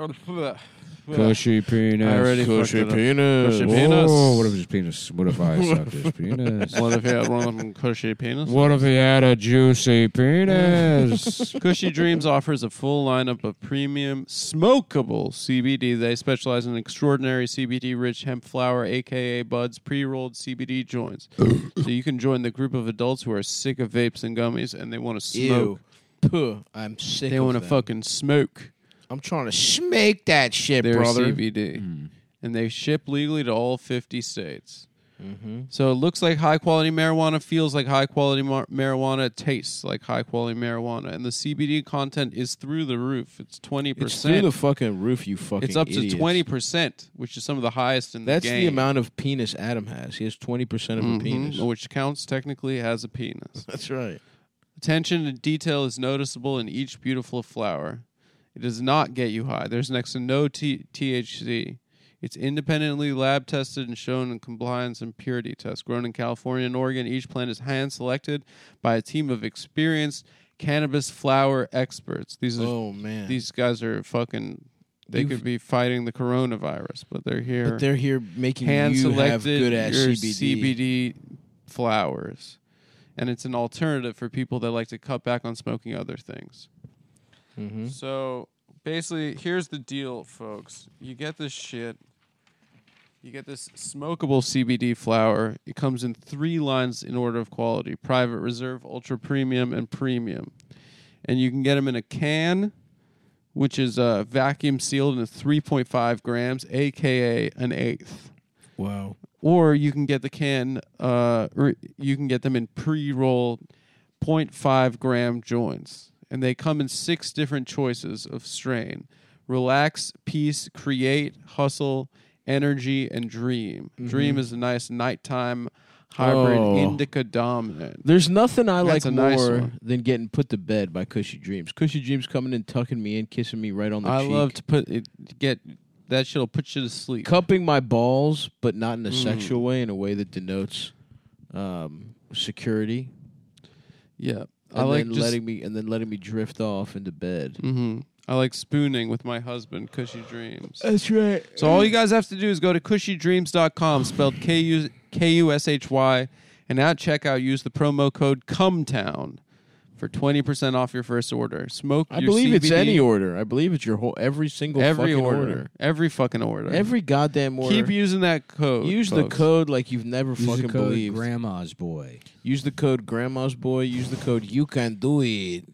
Speaker 2: Cushy penis.
Speaker 1: I already
Speaker 4: Cushy
Speaker 1: fucked it up.
Speaker 4: penis.
Speaker 1: Cushy penis.
Speaker 2: Oh, what if his penis? What if I sucked his penis?
Speaker 1: What if he had one of them cushy penis?
Speaker 2: What if he had a juicy penis?
Speaker 1: Cushy Dreams offers a full lineup of premium smokable CBD. They specialize in extraordinary CBD rich hemp flower, aka buds, pre rolled CBD joints. so you can join the group of adults who are sick of vapes and gummies and they want to
Speaker 4: Ew.
Speaker 1: smoke.
Speaker 4: Puh. I'm sick.
Speaker 1: They
Speaker 4: of
Speaker 1: want to
Speaker 4: them.
Speaker 1: fucking smoke
Speaker 4: I'm trying to smake that shit,
Speaker 1: their
Speaker 4: brother.
Speaker 1: CBD. And they ship legally to all 50 states.
Speaker 4: Mm-hmm.
Speaker 1: So it looks like high quality marijuana, feels like high quality mar- marijuana, it tastes like high quality marijuana, and the CBD content is through the roof. It's twenty
Speaker 4: It's through
Speaker 1: percent.
Speaker 4: the fucking roof, you fucking.
Speaker 1: It's up to
Speaker 4: idiots.
Speaker 1: twenty percent, which is some of the highest in
Speaker 4: That's
Speaker 1: the
Speaker 4: the
Speaker 1: game.
Speaker 4: amount of penis Adam has. He has twenty percent of
Speaker 1: Mhm,
Speaker 4: a penis.
Speaker 1: which counts technically as a penis.
Speaker 4: That's right.
Speaker 1: Attention to detail is noticeable in each beautiful flower. It does not get you high. There's next to no T- THC. It's independently lab tested and shown in compliance and purity tests. Grown in California and Oregon, each plant is hand selected by a team of experienced cannabis flower experts. These are
Speaker 4: Oh man.
Speaker 1: these guys are fucking. They
Speaker 4: You've-
Speaker 1: could be fighting the coronavirus, but they're here.
Speaker 4: but they're here making
Speaker 1: hand
Speaker 4: you have
Speaker 1: selected
Speaker 4: good ass
Speaker 1: your CBD
Speaker 4: CBD.
Speaker 1: flowers, and it's an alternative for people that like to cut back on smoking other things.
Speaker 4: Mhm.
Speaker 1: So basically, here's the deal, folks. You get this shit. You get this smokable CBD flower. It comes in three lines in order of quality: private, reserve, ultra premium, and premium. And you can get them in a can, which is uh, vacuum sealed in 3.5 grams, aka an eighth.
Speaker 4: Wow.
Speaker 1: Or you can get the can, uh, or you can get them in pre-roll 0.5 gram joints, and they come in six different choices of strain: relax, peace, create, hustle, energy, and dream. Dream is a nice nighttime hybrid
Speaker 4: Mm-hmm. Oh.
Speaker 1: indica dominant.
Speaker 4: There's nothing I
Speaker 1: That's
Speaker 4: like
Speaker 1: a nice
Speaker 4: more
Speaker 1: one.
Speaker 4: than getting put to bed by Cushy Dreams. Cushy Dreams coming in, tucking me in, kissing me right on the
Speaker 1: I
Speaker 4: cheek.
Speaker 1: love to put it, get that shit'll put you to sleep.
Speaker 4: cupping my balls, but not in a sexual way, in a way that denotes um, security.
Speaker 1: yeah, I
Speaker 4: And
Speaker 1: like
Speaker 4: then
Speaker 1: just-
Speaker 4: letting me and then letting me drift off into bed.
Speaker 1: Mhm. I like spooning with my husband. Cushy dreams.
Speaker 4: That's right.
Speaker 1: So all you guys have to do is go to cushydreams.com, spelled K U K U S H Y, and at checkout use the promo code CUMTOWN for twenty percent off your first order. Smoke.
Speaker 4: I
Speaker 1: your
Speaker 4: believe it's
Speaker 1: CBD,
Speaker 4: any order. I believe it's your whole every single
Speaker 1: every
Speaker 4: fucking
Speaker 1: order,
Speaker 4: order.
Speaker 1: every fucking order.
Speaker 4: Every goddamn order.
Speaker 1: Keep using that code.
Speaker 4: Use the
Speaker 1: folks.
Speaker 4: code like you've never fucking believed.
Speaker 2: Grandma's boy.
Speaker 4: use the code Grandma's Boy. Use the code You Can Do It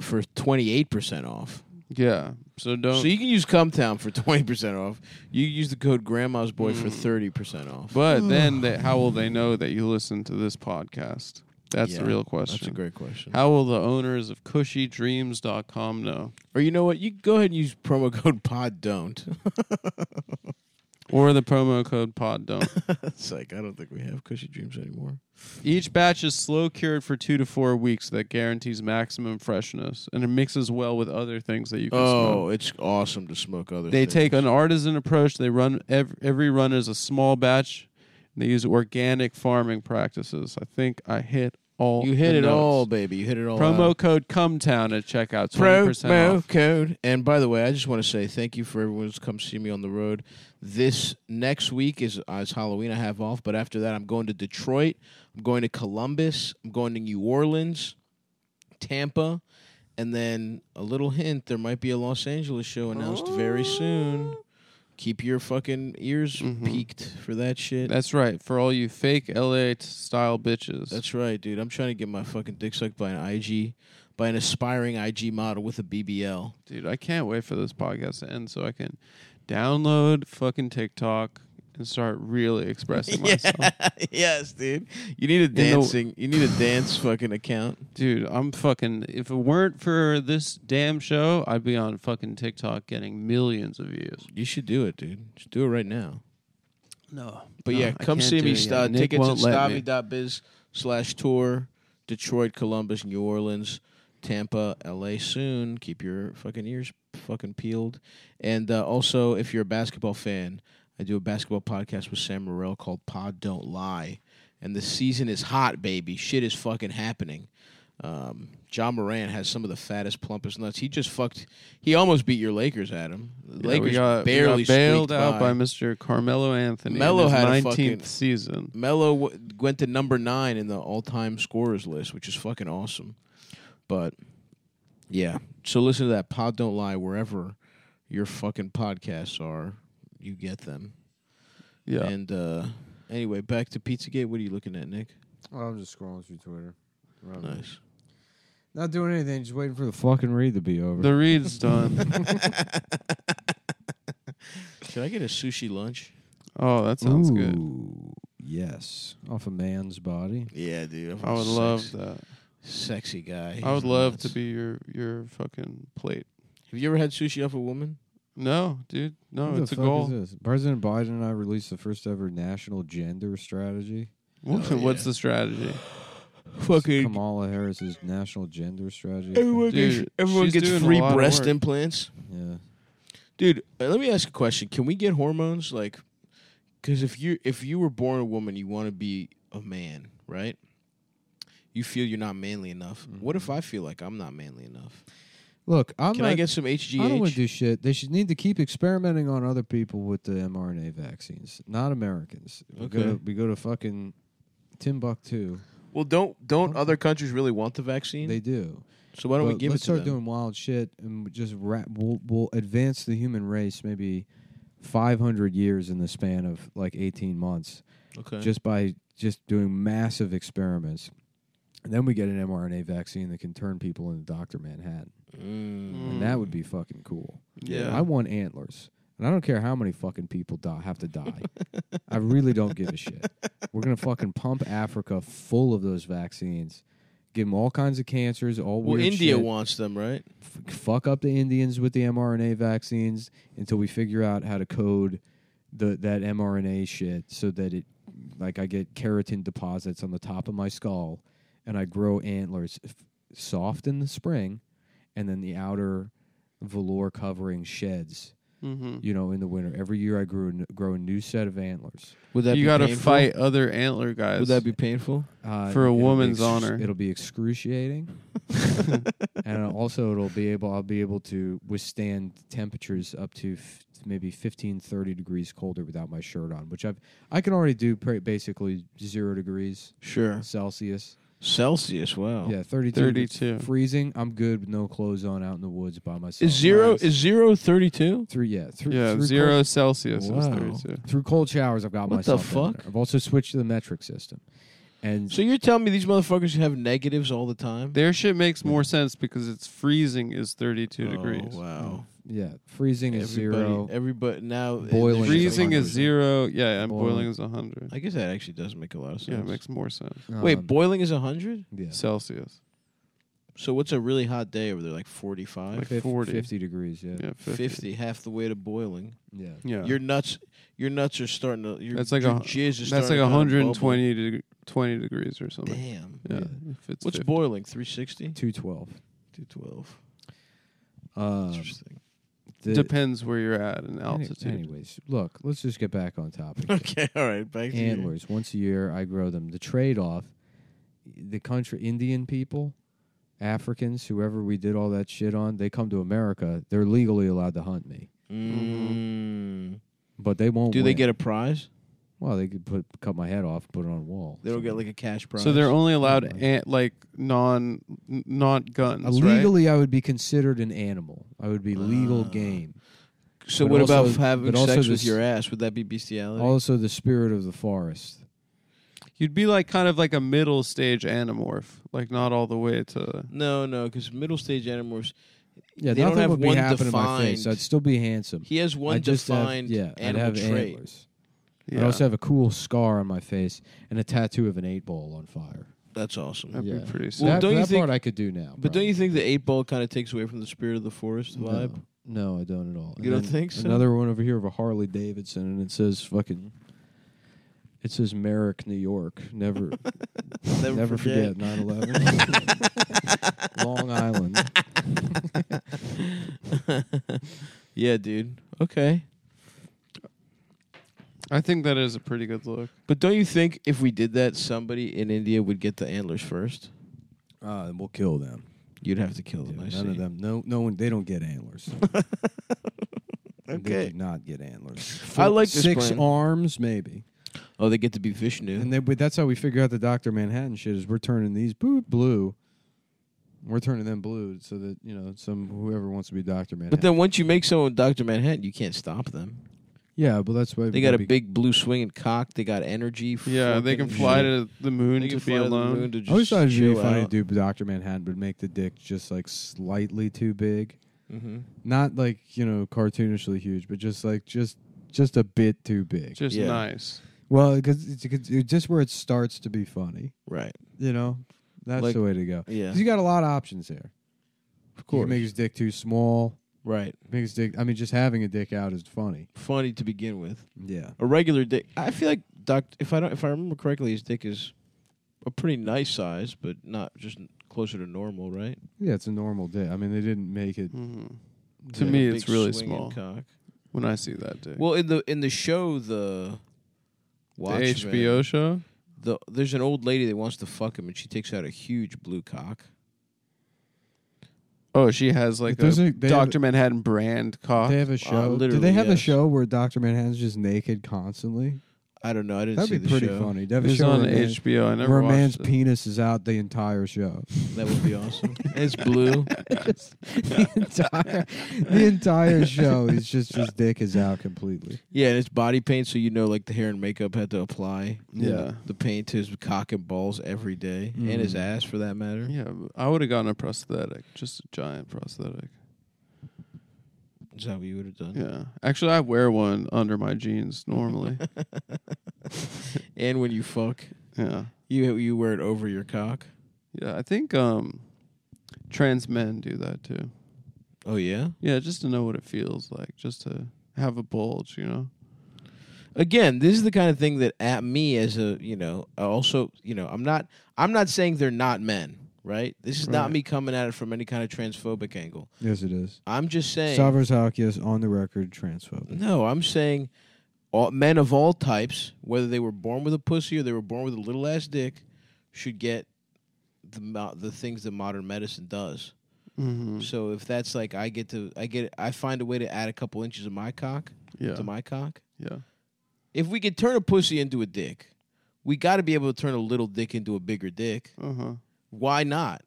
Speaker 4: for twenty eight percent off.
Speaker 1: Yeah. So don't.
Speaker 4: So you can use Cumtown for twenty percent off. You can use the code Grandma's Boy for thirty percent off.
Speaker 1: but then, they, how will they know that you listen to this podcast? That's the
Speaker 4: Yeah,
Speaker 1: real question.
Speaker 4: That's a great question.
Speaker 1: How will the owners of cushydreams.com know?
Speaker 4: or you know what? You go ahead and use promo code Pod Don't.
Speaker 1: Or the promo code pod don't.
Speaker 4: it's like I don't think we have cushy dreams anymore.
Speaker 1: Each batch is slow cured for two to four weeks. That guarantees maximum freshness, and it mixes well with other things that you can smoke.
Speaker 4: Oh, it's awesome to smoke other.
Speaker 1: They
Speaker 4: things.
Speaker 1: take an artisan approach. They run every, every run is a small batch. And they use organic farming practices. I think I hit all.
Speaker 4: You hit
Speaker 1: the
Speaker 4: it
Speaker 1: notes.
Speaker 4: all, baby. You hit it all.
Speaker 1: Promo
Speaker 4: out.
Speaker 1: code Cumtown at checkout. Twenty percent
Speaker 4: promo
Speaker 1: off.
Speaker 4: code. And by the way, I just want to say thank you for everyone who's come see me on the road. This next week is uh, is Halloween. I have off, but after that, I'm going to Detroit. I'm going to Columbus. I'm going to New Orleans, Tampa, and then a little hint: there might be a Los Angeles show announced
Speaker 1: Oh.
Speaker 4: very soon. Keep your fucking ears peaked for that shit.
Speaker 1: Mm-hmm. That's right. For all you fake LA t- style bitches.
Speaker 4: That's right, dude. I'm trying to get my fucking dick sucked by an IG, by an aspiring IG model with a BBL.
Speaker 1: Dude, I can't wait for this podcast to end so I can download fucking TikTok and start really expressing myself.
Speaker 4: yes, dude. You need a
Speaker 1: the-
Speaker 4: dancing. you need a dance fucking account.
Speaker 1: Dude, I'm fucking. If it weren't for this damn show, I'd be on fucking TikTok getting millions of views.
Speaker 4: You should do it, dude. Just do it right now.
Speaker 1: No,
Speaker 4: But yeah, come see me. Uh,
Speaker 1: Nick
Speaker 4: tickets at
Speaker 1: won't let me.
Speaker 4: stabby.biz slash tour. Detroit, Columbus, New Orleans, Tampa, LA soon. Keep your fucking ears fucking peeled. And uh, also, if you're a basketball fan, I do a basketball podcast with Sam Morrell called Pod Don't Lie. And the season is hot, baby. Shit is fucking happening. Um, John Moran has some of the fattest, plumpest nuts. He just fucked. He almost beat your Lakers, Adam. The
Speaker 1: Yeah,
Speaker 4: Lakers
Speaker 1: we got, we got
Speaker 4: barely
Speaker 1: bailed
Speaker 4: squeaked
Speaker 1: out
Speaker 4: by
Speaker 1: by Mr. Carmelo Anthony.
Speaker 4: Melo
Speaker 1: in his
Speaker 4: had a
Speaker 1: 19th
Speaker 4: fucking-
Speaker 1: season.
Speaker 4: Melo w- went to number nine in the all-time scorers list, which is fucking awesome. But yeah, so listen to that. Pod don't lie. Wherever your fucking podcasts are, you get them.
Speaker 1: Yeah,
Speaker 4: And uh, anyway, back to PizzaGate. What are you looking at, Nick?
Speaker 2: I'm just scrolling through Twitter.
Speaker 4: Nice.
Speaker 2: Not doing anything, just waiting for the fucking read to be over.
Speaker 1: the read's done.
Speaker 4: Should I get a sushi lunch?
Speaker 1: oh, that sounds good.
Speaker 2: Ooh, Yes, off a man's body.
Speaker 4: Yeah, dude.
Speaker 1: I would love that.
Speaker 4: Sexy guy.
Speaker 1: I would
Speaker 4: He's
Speaker 1: love
Speaker 4: nuts.
Speaker 1: to be your your fucking plate.
Speaker 4: Have you ever had sushi off a woman?
Speaker 1: No, dude, no,
Speaker 2: What the
Speaker 1: it's a
Speaker 2: fuck
Speaker 1: goal.
Speaker 2: Is this? President Biden and I released the first ever national gender strategy.
Speaker 1: What-
Speaker 4: Oh,
Speaker 1: What's
Speaker 4: yeah.
Speaker 1: the strategy?
Speaker 2: It's
Speaker 4: Fucking.
Speaker 2: Kamala Harris's national gender strategy.
Speaker 4: Everyone
Speaker 1: Dude,
Speaker 4: gets, everyone
Speaker 1: she's
Speaker 4: gets
Speaker 1: doing a
Speaker 4: free
Speaker 1: lot of
Speaker 4: breast
Speaker 1: work.
Speaker 4: implants.
Speaker 2: Yeah.
Speaker 4: dude uh, let me ask a question can we get hormones like because if you if you were born a woman you want to be a man right you feel you're not manly enough what if i feel like i'm not manly enough
Speaker 2: Look, Mm-hmm. I'm
Speaker 4: can
Speaker 2: not,
Speaker 4: i get some hgh
Speaker 2: I don't want to do shit. They should need to keep experimenting on other people with the mRNA vaccines, not Americans. We go
Speaker 4: Okay.
Speaker 2: to, we go to fucking Timbuktu.
Speaker 4: well don't don't other countries really want the vaccine
Speaker 2: They do.
Speaker 4: so why don't we
Speaker 2: But
Speaker 4: give
Speaker 2: let's
Speaker 4: it to
Speaker 2: start
Speaker 4: them
Speaker 2: doing wild shit and we just ra- we'll, we'll advance the human race maybe 500 years in the span of like 18 months
Speaker 4: okay
Speaker 2: just by just doing massive experiments. And then we get an mRNA vaccine that can turn people into Dr. Manhattan.
Speaker 4: Mm.
Speaker 2: And that would be fucking cool.
Speaker 1: Yeah.
Speaker 2: I want antlers. And I don't care how many fucking people die, have to die. I really don't give a shit. We're going to fucking pump Africa full of those vaccines, give them all kinds of cancers, all
Speaker 4: well
Speaker 2: weird
Speaker 4: india
Speaker 2: shit.
Speaker 4: wants them right
Speaker 2: F- fuck up the Indians with the mRNA vaccines until we figure out how to code the that mRNA shit so that it like I get keratin deposits on the top of my skull and I grow antlers f- soft in the spring and then the outer velour covering sheds
Speaker 1: Mm-hmm.
Speaker 2: you know in the winter every year I grew a n- grow a new set of antlers
Speaker 4: would that
Speaker 1: you
Speaker 4: be
Speaker 1: got to
Speaker 4: painful?
Speaker 1: fight other antler guys.
Speaker 4: would that be painful
Speaker 2: uh,
Speaker 1: For a
Speaker 2: it'll be
Speaker 1: woman's
Speaker 2: ex-
Speaker 1: honor.
Speaker 2: It'll be excruciating, and also it'll be able. I'll be able to withstand temperatures up to f- maybe 15, 30 degrees colder without my shirt on, which I've I can already do pra- basically zero degrees
Speaker 4: sure
Speaker 2: Celsius.
Speaker 4: celsius
Speaker 1: Oh.
Speaker 4: wow
Speaker 2: Yeah, thirty two.
Speaker 1: 32?
Speaker 2: Freezing. I'm good with no clothes on out in the woods by myself.
Speaker 4: is zero
Speaker 1: nice.
Speaker 4: is zero thirty two
Speaker 2: Through yeah. Through,
Speaker 1: Yeah,
Speaker 2: through
Speaker 1: zero
Speaker 2: Cold,
Speaker 1: Celsius is
Speaker 4: Wow.
Speaker 1: 32.
Speaker 2: through cold showers, I've got
Speaker 4: What the
Speaker 2: myself. down
Speaker 4: fuck?
Speaker 2: there. I've also switched to the metric system, and
Speaker 4: so you're telling me these motherfuckers have negatives all the time
Speaker 1: Their shit makes more sense because it's freezing is 32
Speaker 4: Oh,
Speaker 1: degrees.
Speaker 4: Wow.
Speaker 2: yeah, freezing is
Speaker 4: Everybody-
Speaker 2: zero.
Speaker 4: Everybody now it-
Speaker 2: Boiling
Speaker 4: there's-
Speaker 1: Freezing is
Speaker 2: 100.
Speaker 1: zero. Yeah, and
Speaker 2: Boiling.
Speaker 1: boiling is 100.
Speaker 4: I guess that actually does make a lot of sense.
Speaker 1: Yeah, it makes more sense.
Speaker 4: e-, Wait,
Speaker 2: Um,
Speaker 4: boiling is hundred.
Speaker 2: yeah.
Speaker 1: Celsius.
Speaker 4: So what's a really hot day over there? Like forty-five,
Speaker 1: Like
Speaker 2: Fif-
Speaker 1: 40.
Speaker 2: 50 degrees, yeah.
Speaker 1: Yeah, 50.
Speaker 4: fifty, half the way to boiling.
Speaker 2: Yeah.
Speaker 1: Yeah.
Speaker 4: Your nuts, your nuts are starting to. Your,
Speaker 1: That's like
Speaker 4: your
Speaker 1: a-
Speaker 4: jizz is
Speaker 1: That's like
Speaker 4: starting to kinda
Speaker 1: 120 deg- 20 degrees or
Speaker 4: bubble.
Speaker 1: something.
Speaker 4: Damn.
Speaker 1: Yeah.
Speaker 2: Yeah.
Speaker 1: if it's
Speaker 4: What's
Speaker 1: 50.
Speaker 4: boiling? 360?
Speaker 2: 212.
Speaker 4: 212.
Speaker 2: Um,
Speaker 4: Interesting.
Speaker 2: the-
Speaker 1: Depends where you're at in
Speaker 2: any-
Speaker 1: altitude.
Speaker 2: Anyways, look, let's just
Speaker 1: Um,
Speaker 2: get back on topic.
Speaker 4: Okay, all right. Back to you.
Speaker 2: Antlers, once a year, I grow them. The trade off the country, Indian people, Africans, whoever we did all that shit on, they come to America. They're legally allowed to hunt me,
Speaker 1: Mm-hmm.
Speaker 4: Mm.
Speaker 2: but they won't.
Speaker 4: Do they
Speaker 2: win.
Speaker 4: get a prize?
Speaker 2: Well, they could put cut my head off, put it on a wall.
Speaker 4: They'll get like a cash prize.
Speaker 1: So they're only allowed
Speaker 2: Right.
Speaker 1: an, like non n- not guns, right?
Speaker 2: uh, Legally, I would be considered an animal. I would be legal
Speaker 4: Ah.
Speaker 2: game.
Speaker 4: So
Speaker 2: But
Speaker 4: what
Speaker 2: also-
Speaker 4: about having
Speaker 2: but also
Speaker 4: sex with
Speaker 2: this-
Speaker 4: your ass? Would that be bestiality?
Speaker 2: Also, the spirit of the forest.
Speaker 1: You'd be like kind of like a middle stage animorph, like not all the way to.
Speaker 4: no, no, because middle stage animorphs.
Speaker 2: Yeah,
Speaker 4: They don't
Speaker 2: nothing
Speaker 4: have
Speaker 2: would be
Speaker 4: one
Speaker 2: happening to my face.
Speaker 4: defined-
Speaker 2: I'd still be handsome.
Speaker 4: He has one
Speaker 2: I'd just have-
Speaker 4: defined
Speaker 2: yeah, I'd
Speaker 4: animal
Speaker 2: have
Speaker 4: trait.
Speaker 2: antlers.
Speaker 1: Yeah,
Speaker 2: I'd also have a cool scar on my face and a tattoo of an eight ball on fire.
Speaker 4: That's awesome.
Speaker 1: that'd
Speaker 2: yeah.
Speaker 1: be pretty. Sick.
Speaker 4: Well,
Speaker 2: that
Speaker 4: don't you
Speaker 2: that
Speaker 4: think-
Speaker 2: part I could do now.
Speaker 4: But don't you think the eight ball kind of takes away from the spirit of the forest
Speaker 2: probably.
Speaker 4: vibe?
Speaker 2: No, no, I don't at all.
Speaker 4: You don't think so?
Speaker 2: Another one over here of a Harley Davidson, and it says fucking. It says Merrick, New York. Never,
Speaker 4: Never
Speaker 2: forget 9 11. Long Island.
Speaker 4: yeah, dude. Okay.
Speaker 1: I think that is a pretty good look.
Speaker 4: But don't you think if we did that, somebody in India would get the antlers first?
Speaker 2: Uh, and we'll kill them.
Speaker 4: You'd have to kill them. I
Speaker 2: None
Speaker 4: see.
Speaker 2: of them. No, no one. They don't get antlers. They
Speaker 4: Okay.
Speaker 2: do not get antlers.
Speaker 4: I like this
Speaker 2: six
Speaker 4: plan.
Speaker 2: arms, maybe.
Speaker 4: Oh, they get to be Vishnu.
Speaker 2: And they, but that's how we figure out the Doctor Manhattan shit is we're turning these boot blue. We're turning them blue so that you know some whoever wants to be Doctor Manhattan.
Speaker 4: but then once you make someone Doctor Manhattan, you can't stop them.
Speaker 2: yeah, but that's why
Speaker 4: They got a
Speaker 2: be-
Speaker 4: big blue swinging cock. They got energy.
Speaker 1: Yeah, they can
Speaker 4: fucking
Speaker 1: fly
Speaker 4: shit.
Speaker 1: to the moon
Speaker 4: They
Speaker 1: to
Speaker 4: can
Speaker 1: be
Speaker 4: fly the
Speaker 1: alone.
Speaker 4: moon to just
Speaker 2: I always thought it'd be
Speaker 4: chill
Speaker 2: funny
Speaker 4: out.
Speaker 2: to do Doctor Manhattan, but make the dick just like slightly too big,
Speaker 4: Mhm.
Speaker 2: not like you know cartoonishly huge, but just like just just a bit too big.
Speaker 1: Just
Speaker 4: Yeah.
Speaker 1: nice.
Speaker 2: well, because it's, it's it's just where it starts to be funny.
Speaker 4: Right.
Speaker 2: You know, that's
Speaker 4: Like-
Speaker 2: the way to go. 'Cause
Speaker 4: Yeah.
Speaker 2: you got a lot of options there.
Speaker 4: Of
Speaker 2: You can make his dick too small.
Speaker 4: Right.
Speaker 2: Make his dick. I mean, just having a dick out is funny.
Speaker 4: Funny to begin with.
Speaker 2: Yeah.
Speaker 4: A regular dick. I feel like Doc. If I don't, if I remember correctly, his dick is a pretty nice size, but not just closer to normal, right?
Speaker 2: Yeah, it's a normal dick. I mean, they didn't make it.
Speaker 1: hmm To
Speaker 2: Yeah.
Speaker 1: me,
Speaker 4: A
Speaker 1: it's
Speaker 4: big
Speaker 1: really
Speaker 4: swinging
Speaker 1: small.
Speaker 4: Cock.
Speaker 1: When I see that dick,
Speaker 4: Well, in the in the show, the
Speaker 1: the
Speaker 4: Watchmen,
Speaker 1: HBO show.
Speaker 4: the there's an old lady that wants to fuck him, and she takes out a huge blue cock.
Speaker 1: Oh, she has like
Speaker 2: There's
Speaker 1: a
Speaker 2: a- they have-
Speaker 1: Doctor Manhattan brand cock.
Speaker 2: They have a show. Do
Speaker 4: literally,
Speaker 2: they have a
Speaker 4: yes.
Speaker 2: show where Doctor Manhattan's just naked constantly?
Speaker 4: I don't know. I didn't
Speaker 2: That'd
Speaker 4: see
Speaker 2: be
Speaker 4: the
Speaker 2: pretty
Speaker 4: show.
Speaker 2: funny. They have a
Speaker 1: It's
Speaker 2: show
Speaker 1: on
Speaker 2: where a man-
Speaker 1: HBO. I never
Speaker 2: where a
Speaker 1: watched
Speaker 2: man's
Speaker 1: it.
Speaker 2: penis is out the entire show.
Speaker 4: That would be awesome. it's blue.
Speaker 2: the entire, the entire show is just his dick is out completely.
Speaker 4: Yeah, and it's body paint, so you know, like the hair and makeup had to apply
Speaker 1: Yeah.
Speaker 4: the paint to his cock and balls every day, and his
Speaker 2: Mhm.
Speaker 4: ass for that matter.
Speaker 1: Mm-hmm. Yeah, but I would have gotten a prosthetic, just a giant prosthetic.
Speaker 4: Is that what you would have done?
Speaker 1: Yeah, actually, I wear one under my jeans normally.
Speaker 4: And when you fuck,
Speaker 1: yeah,
Speaker 4: you you wear it over your cock.
Speaker 1: yeah. I think um, trans men do that too.
Speaker 4: Oh yeah.
Speaker 1: Yeah, just to know what it feels like, just to have a bulge, you know.
Speaker 4: Again, this is the kind of thing that at me as a you know I also you know I'm not I'm not saying they're not men, right? This is not
Speaker 1: Right.
Speaker 4: me coming at it from any kind of transphobic angle.
Speaker 2: Yes, it is.
Speaker 4: I'm just saying.
Speaker 2: Savers Hakias on the record transphobic.
Speaker 4: No, I'm saying all, men of all types, whether they were born with a pussy or they were born with a little ass dick, should get the mo- the things that modern medicine does.
Speaker 1: Mm-hmm.
Speaker 4: So if that's like I get to I get I find a way to add a couple inches of my cock
Speaker 1: Yeah,
Speaker 4: to my cock.
Speaker 1: yeah,
Speaker 4: If we could turn a pussy into a dick, we got to be able to turn a little dick into a bigger dick.
Speaker 1: uh huh.
Speaker 2: Uh-huh.
Speaker 4: Why not?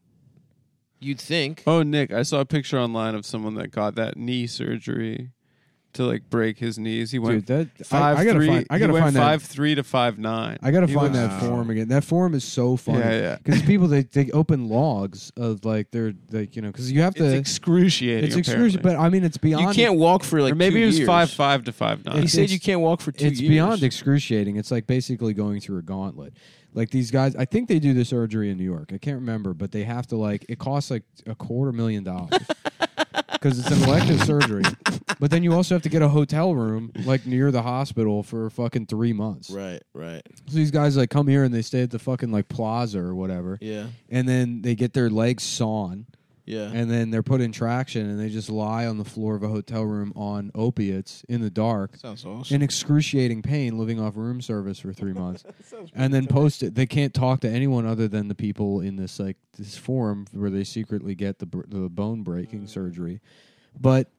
Speaker 4: You'd think.
Speaker 1: Oh, Nick, I saw a picture online of someone that got that knee surgery to like break his knees. He went
Speaker 2: Dude, that
Speaker 1: five
Speaker 2: I, I gotta
Speaker 1: three.
Speaker 2: find. I
Speaker 1: he
Speaker 2: gotta
Speaker 1: went
Speaker 2: find that.
Speaker 1: five three to five nine.
Speaker 2: I gotta
Speaker 1: He
Speaker 2: find
Speaker 1: was-
Speaker 2: that form again. That form is so funny.
Speaker 1: Yeah, yeah.
Speaker 2: Because people they they open logs of like they're like you know because you have
Speaker 1: It's
Speaker 2: to.
Speaker 1: excruciating.
Speaker 2: It's
Speaker 1: apparently.
Speaker 2: exclusive, but I mean it's beyond.
Speaker 4: you can't walk for like
Speaker 1: or maybe
Speaker 4: two
Speaker 1: it was
Speaker 4: years.
Speaker 1: five five to five nine.
Speaker 4: He
Speaker 2: It's-
Speaker 4: said
Speaker 2: it's-
Speaker 4: you can't walk for two
Speaker 2: It's
Speaker 4: years.
Speaker 2: beyond excruciating. It's like basically going through a gauntlet. Like these guys, I think they do the surgery in New York. I can't remember, but they have to like it costs like a quarter million dollars because it's an elective surgery. But then you also have to get a hotel room like near the hospital for fucking three months.
Speaker 4: Right, right.
Speaker 2: So these guys like come here and they stay at the fucking like plaza or whatever.
Speaker 4: Yeah.
Speaker 2: and then they get their legs sawn
Speaker 4: Yeah.
Speaker 2: and then they're put in traction and they just lie on the floor of a hotel room on opiates in the dark
Speaker 4: Sounds awesome.
Speaker 2: in excruciating pain living off room service for three months and then post it they can't talk to anyone other than the people in this like this forum where they secretly get the, br- the bone breaking surgery but